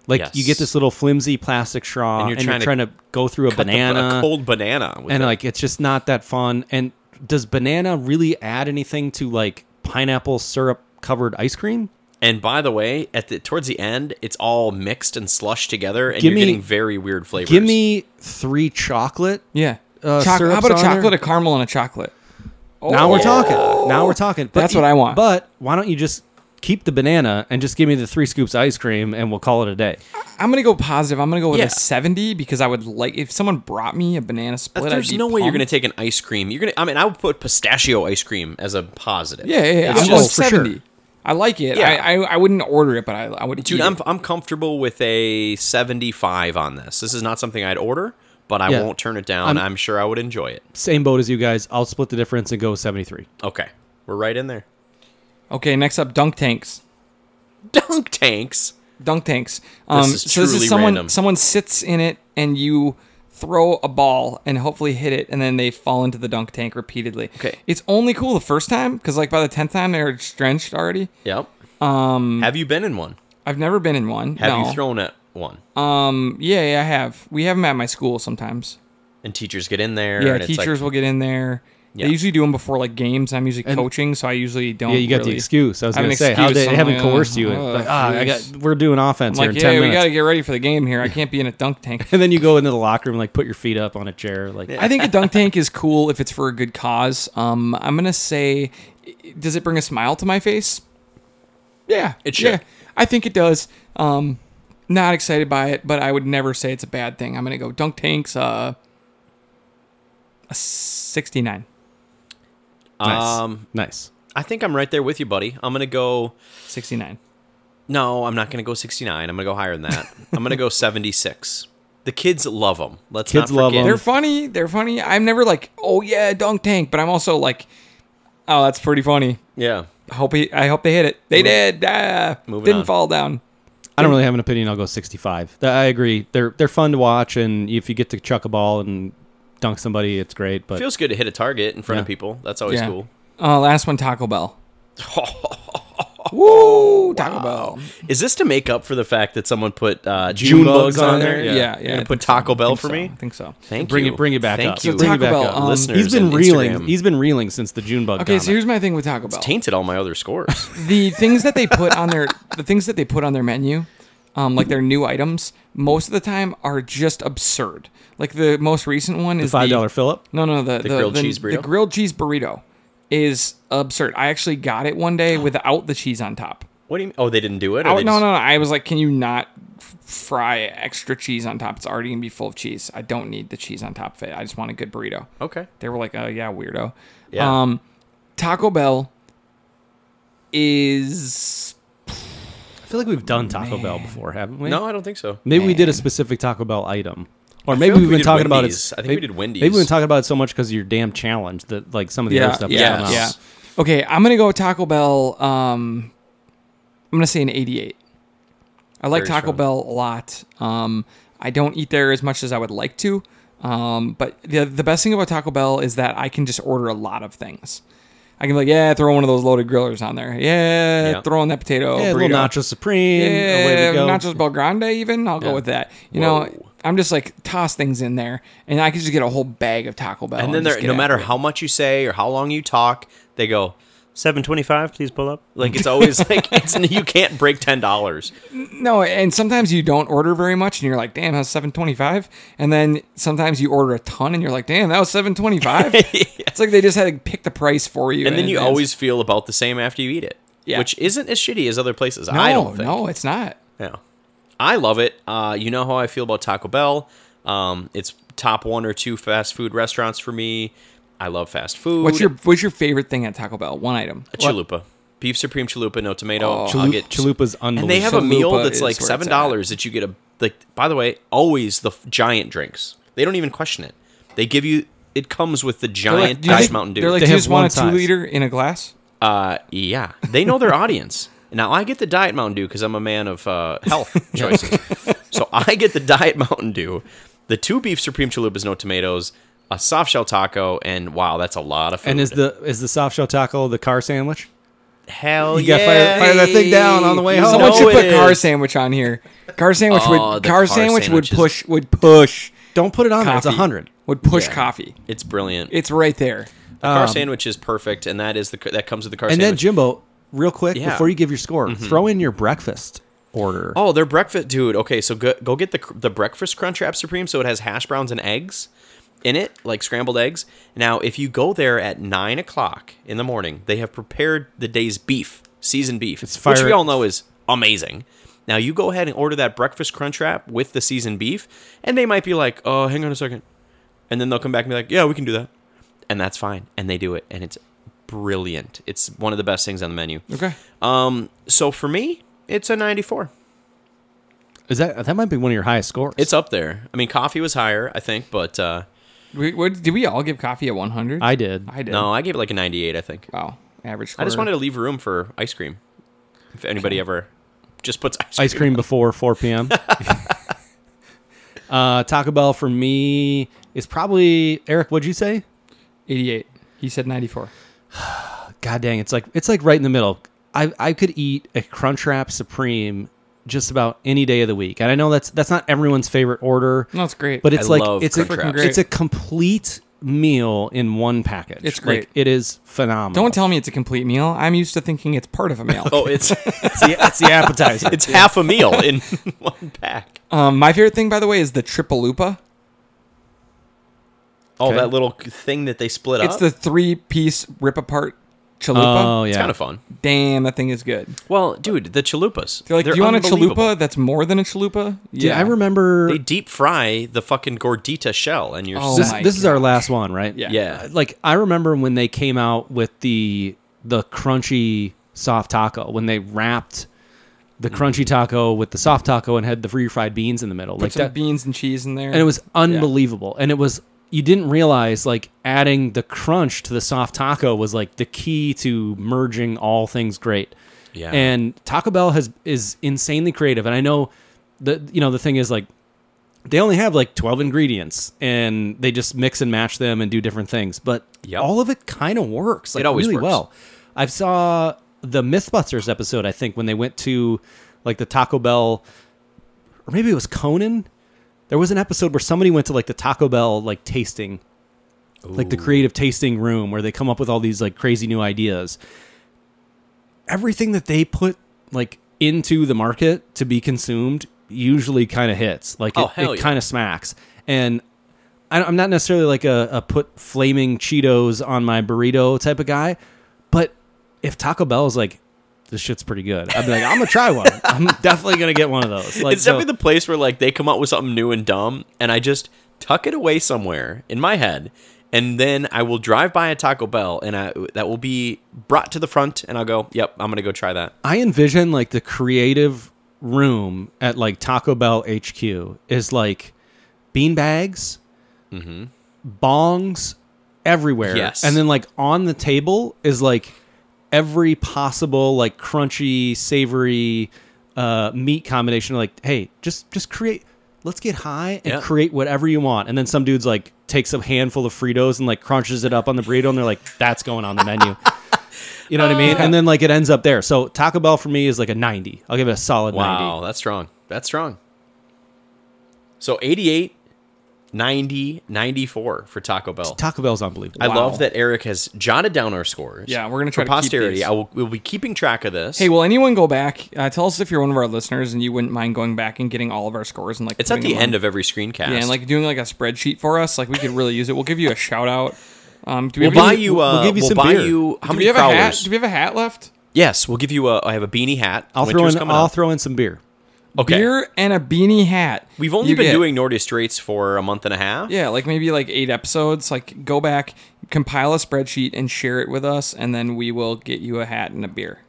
Speaker 3: Like
Speaker 2: Yes.
Speaker 3: you get this little flimsy plastic straw, and you're, trying, to go through a
Speaker 2: Cut the-
Speaker 3: banana,
Speaker 2: a cold banana, with
Speaker 3: and
Speaker 2: it.
Speaker 3: like it's just not that fun. And does banana really add anything to like pineapple syrup covered ice cream?
Speaker 2: And by the way, at the towards the end, it's all mixed and slushed together, and
Speaker 3: Give
Speaker 2: you're
Speaker 3: me-
Speaker 2: getting very weird flavors.
Speaker 3: Give me three chocolate.
Speaker 1: yeah.
Speaker 3: uh,
Speaker 1: Choc- how
Speaker 3: syrups
Speaker 1: about a
Speaker 3: on there?
Speaker 1: chocolate, a caramel, and a chocolate?
Speaker 3: Now
Speaker 1: Oh.
Speaker 3: we're talking. Now we're talking. But
Speaker 1: That's
Speaker 3: you-
Speaker 1: what I want.
Speaker 3: But why don't you just keep the banana and just give me the three scoops ice cream and we'll call it a day?
Speaker 1: I'm gonna go positive. I'm gonna go with
Speaker 2: Yeah.
Speaker 1: a 70 because I would like if someone brought me a banana split. I'd
Speaker 2: There's
Speaker 1: be
Speaker 2: no way you're
Speaker 1: pumped.
Speaker 2: gonna take an ice cream. You're gonna. I mean, I would put pistachio ice cream as a positive.
Speaker 1: Yeah, yeah, yeah.
Speaker 2: It's
Speaker 1: I'm
Speaker 2: just-
Speaker 1: going
Speaker 3: for sure.
Speaker 1: 70. I like it.
Speaker 2: Yeah.
Speaker 1: I, I I wouldn't order it, but I, I would.
Speaker 2: Dude,
Speaker 1: eat
Speaker 2: I'm,
Speaker 1: it.
Speaker 2: I'm comfortable with a 75 on this. This is not something I'd order, but I
Speaker 3: Yeah.
Speaker 2: won't turn it down. I'm,
Speaker 3: I'm-
Speaker 2: sure I would enjoy it.
Speaker 3: Same boat as you guys. I'll split the difference and go seventy three.
Speaker 2: Okay. We're right in there.
Speaker 1: okay. Next up, dunk tanks.
Speaker 2: Dunk tanks.
Speaker 1: Dunk tanks. Um,
Speaker 2: is
Speaker 1: so this
Speaker 2: truly
Speaker 1: is someone
Speaker 2: random.
Speaker 1: someone sits in it and you throw a ball and hopefully hit it and then they fall into the dunk tank repeatedly.
Speaker 2: Okay.
Speaker 1: It's only cool the first time because like by the tenth time they're drenched already.
Speaker 2: Yep. Um Have you been in one?
Speaker 1: I've never been in one.
Speaker 2: Have
Speaker 1: no.
Speaker 2: you thrown at one?
Speaker 1: Um. Yeah, yeah, I have. We have them at my school sometimes.
Speaker 2: and teachers get in there.
Speaker 1: Yeah,
Speaker 2: and it's like-
Speaker 1: teachers will get in there.
Speaker 2: Yeah.
Speaker 1: They usually do them before like games. I'm usually coaching, so I usually don't.
Speaker 3: Yeah, you got
Speaker 1: Oh, really-
Speaker 3: the excuse. I was
Speaker 1: I have
Speaker 3: gonna
Speaker 1: an
Speaker 3: say how
Speaker 1: excuse.
Speaker 3: they
Speaker 1: I'm
Speaker 3: haven't
Speaker 1: like,
Speaker 3: coerced you.
Speaker 1: oh,
Speaker 3: Like, ah, I got.
Speaker 1: jeez.
Speaker 3: We're doing offense
Speaker 1: I'm
Speaker 3: here
Speaker 1: like,
Speaker 3: in
Speaker 1: yeah,
Speaker 3: ten
Speaker 1: we got
Speaker 3: minutes.
Speaker 1: to get ready for the game here. I can't be in a dunk tank.
Speaker 3: and then you go into the locker room, like put your feet up on a chair, like
Speaker 1: I think a dunk tank is cool if it's for a good cause. Um, I'm gonna say, does it bring a smile to my face? Yeah,
Speaker 2: It should.
Speaker 1: Yeah, I think it does. Um, not excited by it, but I would never say it's a bad thing. I'm gonna go dunk tanks. Uh, a 69.
Speaker 3: nice,
Speaker 2: Um,
Speaker 3: nice.
Speaker 2: I think I'm right there with you, buddy. I'm gonna go.
Speaker 1: 69.
Speaker 2: No, I'm not gonna go 69. I'm gonna go higher than that. I'm gonna go 76. The kids love them. Let's
Speaker 3: Kids
Speaker 2: not
Speaker 3: love
Speaker 2: forget.
Speaker 3: 'em.
Speaker 1: They're funny. They're funny. I'm never like, oh yeah, dunk tank, but I'm also like, oh, that's pretty funny.
Speaker 2: Yeah.
Speaker 1: I hope he, I hope they hit it. They did. Ah,
Speaker 2: Moving
Speaker 1: didn't
Speaker 2: on.
Speaker 1: fall down.
Speaker 3: I don't really have an opinion. I'll go 65. Th- I agree. They're they're fun to watch, and if you get to chuck a ball and dunk somebody, it's great. But
Speaker 2: Feels good to hit a target in front of
Speaker 3: Yeah.
Speaker 2: people. That's always
Speaker 1: yeah.
Speaker 2: cool.
Speaker 1: Uh, last one, Taco Bell. Woo, Taco Bell.
Speaker 2: Is this to make up for the fact that someone put uh, June,
Speaker 3: June
Speaker 2: bugs,
Speaker 3: bugs
Speaker 2: on
Speaker 3: on
Speaker 2: there?
Speaker 3: there?
Speaker 1: Yeah, yeah.
Speaker 2: You're gonna
Speaker 1: I
Speaker 2: put
Speaker 1: think so.
Speaker 2: Taco
Speaker 1: I
Speaker 2: Bell
Speaker 1: think
Speaker 2: for
Speaker 1: so.
Speaker 2: me.
Speaker 1: I think so.
Speaker 2: Thank
Speaker 3: Bring
Speaker 2: you.
Speaker 3: it- bring it back
Speaker 2: Thank
Speaker 3: up.
Speaker 2: you.
Speaker 3: So
Speaker 1: Taco Bell, um,
Speaker 2: listeners.
Speaker 3: he's been
Speaker 2: and
Speaker 3: reeling.
Speaker 2: Instagram.
Speaker 3: He's been reeling since the June bug.
Speaker 1: Okay,
Speaker 3: comment.
Speaker 1: so here's my thing with Taco Bell.
Speaker 2: tainted all my other scores.
Speaker 1: the things that they put on their the things that they put on their menu um, like their new items most of the time are just absurd like the most recent one is
Speaker 3: five dollar fill up.
Speaker 1: no no the, the,
Speaker 2: grilled
Speaker 1: the-
Speaker 2: cheese burrito?
Speaker 1: the grilled cheese burrito is absurd i actually got it one day without the cheese on top
Speaker 2: what do you? mean? Oh, they didn't do it. Or
Speaker 1: I,
Speaker 2: they
Speaker 1: no no
Speaker 2: just-
Speaker 1: no i was like can you not f- fry extra cheese on top it's already gonna be full of cheese i don't need the cheese on top of it i just want a good burrito
Speaker 2: Okay.
Speaker 1: they were like, "Oh yeah, weirdo."
Speaker 2: Yeah.
Speaker 1: Um, Taco Bell is
Speaker 3: I feel like we've done Taco Bell before, haven't we?
Speaker 2: No, I don't think so.
Speaker 3: Maybe we did a
Speaker 1: Man.
Speaker 3: specific Taco Bell item, or
Speaker 2: feel
Speaker 3: maybe
Speaker 2: like
Speaker 3: we've
Speaker 2: we
Speaker 3: been
Speaker 2: did
Speaker 3: talking about
Speaker 2: Wendy's.
Speaker 3: it.
Speaker 2: I think we
Speaker 3: maybe,
Speaker 2: did Wendy's.
Speaker 3: Maybe we've been talking about it so much because of your damn challenge that like some of the other
Speaker 1: yeah,
Speaker 3: stuff.
Speaker 2: is
Speaker 1: yeah,
Speaker 2: going on.
Speaker 1: yeah. Okay, I'm gonna go with Taco Bell. Um, I'm gonna say an 88. I like
Speaker 2: Very
Speaker 1: Taco
Speaker 2: strong.
Speaker 1: Bell a lot. Um, I don't eat there as much as I would like to. Um, but the the best thing about Taco Bell is that I can just order a lot of things. I can be like, yeah, throw one of those loaded grillers on there. Yeah,
Speaker 2: Yeah.
Speaker 1: throw in that potato.
Speaker 3: Yeah, a little
Speaker 1: burrito.
Speaker 3: nacho supreme. away
Speaker 1: Yeah,
Speaker 3: we go.
Speaker 1: nachos Belgrande even. I'll go
Speaker 3: Yeah.
Speaker 1: with that. You know,
Speaker 2: Whoa.
Speaker 1: I'm just like toss things in there, and I can just get a whole bag of Taco Bell.
Speaker 2: and then
Speaker 1: just
Speaker 2: they're,
Speaker 1: get
Speaker 2: no
Speaker 1: after
Speaker 2: matter
Speaker 1: it.
Speaker 2: how much you say or how long you talk, they go seven twenty five. Please pull up. Like it's always like it's you can't break ten dollars.
Speaker 1: No, and sometimes you don't order very much, and you're like, damn, that was 725. And then sometimes you order a ton, and you're like, damn, that was 725. It's like they just had to pick the price for you.
Speaker 2: And then
Speaker 1: in
Speaker 2: you
Speaker 1: advance.
Speaker 2: always feel about the same after you eat it.
Speaker 1: Yeah.
Speaker 2: which isn't as shitty as other places.
Speaker 1: No,
Speaker 2: I don't think.
Speaker 1: no, it's not.
Speaker 2: Yeah. I love it. Uh, you know how I feel about Taco Bell. Um, it's top one or two fast food restaurants for me. I love fast food.
Speaker 1: What's your What's your favorite thing at Taco Bell? One item.
Speaker 2: A chalupa? Beef supreme chalupa, no tomato.
Speaker 1: Oh.
Speaker 2: I'll
Speaker 3: Chalup-
Speaker 2: get
Speaker 3: Chalupa's unbelievable.
Speaker 2: and they have a
Speaker 1: Chalupa
Speaker 2: meal that's
Speaker 1: is
Speaker 2: like
Speaker 1: where it's
Speaker 2: seven dollars that you get a like. By the way, always the f- giant drinks. They don't even question it. They give you. It comes with the giant
Speaker 1: Do you
Speaker 2: Diet
Speaker 1: think-
Speaker 2: Mountain Dew.
Speaker 1: They're like,
Speaker 3: They
Speaker 1: do you
Speaker 3: have
Speaker 1: just want
Speaker 3: one
Speaker 1: a two
Speaker 3: size.
Speaker 1: liter in a glass?
Speaker 2: Uh, yeah, they know their audience. Now I get the Diet Mountain Dew because I'm a man of uh, health choices. so I get the Diet Mountain Dew, the two beef supreme chalupas, no tomatoes, a soft shell taco, and wow, that's a lot of food.
Speaker 3: And is the is the soft shell taco the car sandwich?
Speaker 2: hell
Speaker 3: You gotta fire-
Speaker 2: yeah.
Speaker 3: fire that thing down on the way home.
Speaker 1: Someone
Speaker 3: No,
Speaker 1: should put
Speaker 2: it
Speaker 1: car
Speaker 2: is.
Speaker 1: sandwich on here. Car sandwich
Speaker 2: Oh,
Speaker 1: would
Speaker 2: the
Speaker 1: car,
Speaker 2: car
Speaker 1: sandwich would
Speaker 2: sandwich is-
Speaker 1: push would push
Speaker 3: Don't put it on. there. It's
Speaker 1: coffee.
Speaker 3: a hundred.
Speaker 1: Would push coffee.
Speaker 2: It's brilliant.
Speaker 1: It's right there.
Speaker 2: the car sandwich is perfect, and that is the that comes with the car
Speaker 3: um, And then
Speaker 2: sandwich.
Speaker 3: Jimbo, real quick
Speaker 2: Yeah.
Speaker 3: before you give your score, throw in your breakfast order.
Speaker 2: Oh, their breakfast, dude. Okay, so go, go get the cr- the breakfast Crunchwrap Supreme. So it has hash browns and eggs in it, like scrambled eggs. Now, if you go there at nine o'clock in the morning, they have prepared the day's beef, seasoned beef,
Speaker 3: It's
Speaker 2: which
Speaker 3: fire-
Speaker 2: we all know is amazing. Now you go ahead and order that breakfast Crunchwrap with the seasoned beef, and they might be like, "Oh, hang on a second. and then they'll come back and be like, "Yeah, we can do that," and that's fine. And they do it, and it's brilliant. It's one of the best things on the menu.
Speaker 1: Okay.
Speaker 2: Um, so for me, it's a ninety-four.
Speaker 3: Is that that might be one of your highest scores?
Speaker 2: It's up there. I mean, coffee was higher, I think, but uh,
Speaker 1: We, what, did we all give coffee a 100?
Speaker 3: I did.
Speaker 1: I did.
Speaker 2: no, I gave it like a 98, I think.
Speaker 1: Wow. Average.
Speaker 2: I just
Speaker 1: score.
Speaker 2: wanted to leave room for ice cream. If anybody ever just puts ice cream,
Speaker 3: Ice cream before 4 p.m. uh, Taco Bell for me is probably Eric. What'd you say?
Speaker 1: 88. He said 94.
Speaker 3: God dang, it's like it's like right in the middle. I I could eat a Crunchwrap Supreme just about any day of the week, and I know that's that's not everyone's favorite order,
Speaker 1: No, it's great.
Speaker 3: but it's
Speaker 2: I
Speaker 3: like
Speaker 2: love
Speaker 3: it's a
Speaker 2: Crunchwrap. Freaking
Speaker 1: great.
Speaker 3: it's a complete meal in one package.
Speaker 1: It's
Speaker 3: Like,
Speaker 1: great.
Speaker 3: it is phenomenal.
Speaker 1: don't tell me it's a complete meal. I'm used to thinking it's part of a meal.
Speaker 2: Oh, it's
Speaker 3: it's the, it's the appetizer.
Speaker 2: it's half a meal in one pack.
Speaker 1: Um, my favorite thing, by the way, is the Tripalupa.
Speaker 2: Oh,
Speaker 3: Okay.
Speaker 2: that little thing that they split
Speaker 1: It's
Speaker 2: up.
Speaker 1: the three piece rip apart chalupa.
Speaker 3: oh yeah,
Speaker 2: It's kind of fun.
Speaker 1: Damn, that thing is good.
Speaker 2: Well, dude, the chalupas.
Speaker 1: They're like,
Speaker 2: They're
Speaker 1: do you want a
Speaker 2: unbelievable.
Speaker 1: chalupa that's more than a chalupa?
Speaker 3: Dude, I remember
Speaker 2: They deep fry the fucking gordita shell, and you're
Speaker 1: Oh
Speaker 3: this,
Speaker 2: set.
Speaker 1: my
Speaker 3: this is our last one, right?
Speaker 1: Yeah.
Speaker 2: yeah.
Speaker 3: like I remember when they came out with the the crunchy soft taco when they wrapped the
Speaker 1: Mm.
Speaker 3: crunchy taco with the soft taco and had the free fried beans in the middle,
Speaker 1: Put
Speaker 3: like
Speaker 1: some
Speaker 3: that,
Speaker 1: beans and cheese in there.
Speaker 3: and it was unbelievable. And it was you didn't realize like adding the crunch to the soft taco was like the key to merging all things great.
Speaker 2: Yeah.
Speaker 3: And Taco Bell has is insanely creative, and I know the you know the thing is like they only have like 12 ingredients and they just mix and match them and do different things but
Speaker 2: Yep.
Speaker 3: all of it kind of works like
Speaker 2: It always
Speaker 3: really
Speaker 2: works.
Speaker 3: well i saw the mythbusters episode i think when they went to like the taco bell or maybe it was conan there was an episode where somebody went to like the taco bell like tasting like the creative tasting room where they come up with all these like crazy new ideas everything that they put like into the market to be consumed usually kind of hits like
Speaker 2: Oh,
Speaker 3: it,
Speaker 2: hell
Speaker 3: it
Speaker 2: yeah.
Speaker 3: kind of smacks and I don't- i'm not necessarily like a, a put flaming cheetos on my burrito type of guy but if taco bell is like this shit's pretty good i'd be like i'm gonna try one i'm definitely gonna get one of those like
Speaker 2: it's
Speaker 3: so-
Speaker 2: definitely the place where like they come up with something new and dumb, and I just tuck it away somewhere in my head, and then I will drive by a Taco Bell, and I that will be brought to the front, and I'll go, "Yep, I'm gonna go try that."
Speaker 3: I envision like the creative room at like Taco Bell HQ is like bean bags, bongs everywhere.
Speaker 2: Mm-hmm. Yes.
Speaker 3: And then like on the table is like every possible like crunchy, savory uh meat combination like hey, just just create let's get high and
Speaker 2: Yeah.
Speaker 3: create whatever you want. And then some dude's like takes a handful of Fritos and like crunches it up on the burrito and they're like that's going on the menu. You know what I mean? And then like it ends up there. So Taco Bell for me is like a 90. I'll give it a solid
Speaker 2: Wow,
Speaker 3: 90.
Speaker 2: that's strong. That's strong. So 88, 90, 94 for Taco Bell.
Speaker 3: Taco Bell's unbelievable.
Speaker 2: I
Speaker 1: Wow.
Speaker 2: love that Eric has jotted down our scores.
Speaker 1: Yeah, we're gonna try
Speaker 2: for
Speaker 1: to keep
Speaker 2: posterity.
Speaker 1: these.
Speaker 2: I will we'll be keeping track of this.
Speaker 1: hey, will anyone go back? Uh, tell us if you're one of our listeners and you wouldn't mind going back and getting all of our scores and like
Speaker 2: it's at
Speaker 1: putting
Speaker 2: the
Speaker 1: them on-
Speaker 2: end of every screencast.
Speaker 1: yeah, and like doing like a spreadsheet for us. Like we could really use it. We'll give you a shout out. Um, do we
Speaker 2: we'll
Speaker 1: have
Speaker 2: buy
Speaker 1: any-
Speaker 2: you.
Speaker 3: we'll
Speaker 2: Uh, we'll
Speaker 3: give you some
Speaker 2: buy
Speaker 3: beer.
Speaker 2: you. How
Speaker 1: do
Speaker 2: many
Speaker 1: we have a hat?
Speaker 2: crowlers?
Speaker 1: Do we have a hat left?
Speaker 2: Yes, we'll give you a. I have a beanie hat.
Speaker 3: I'll throw
Speaker 2: Winter's
Speaker 3: in
Speaker 2: coming
Speaker 3: I'll
Speaker 2: up.
Speaker 3: throw in some beer.
Speaker 2: Okay.
Speaker 1: Beer and a beanie hat.
Speaker 2: We've only
Speaker 1: You
Speaker 2: been
Speaker 1: get-
Speaker 2: doing Nordia Straits for a month and a half.
Speaker 1: Yeah, like maybe like eight episodes. Like go back, compile a spreadsheet and share it with us, and then we will get you a hat and a beer. Oh,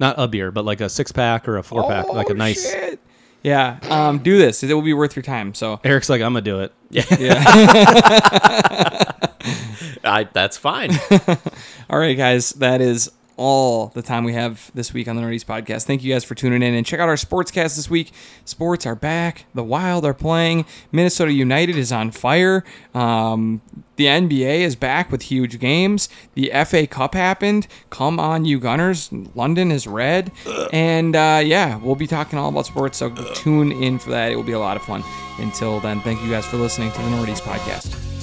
Speaker 3: Not a beer, but like a six pack or a four pack, like a
Speaker 2: Oh,
Speaker 3: nice.
Speaker 1: shit. Yeah, um, do this. It will be worth your time. So
Speaker 3: Eric's like, I'm gonna do it.
Speaker 1: yeah.
Speaker 2: I, that's fine.
Speaker 1: all right, guys, that is all the time we have this week on the Nerdies podcast. Thank you guys for tuning in and check out our sportscast this week. Sports are back. The Wild are playing. Minnesota United is on fire. Um, the NBA is back with huge games. The FA Cup happened. Come on, you Gunners. London is red. And uh, yeah, we'll be talking all about sports. So tune in for that. It will be a lot of fun. Until then, thank you guys for listening to the Nordies podcast.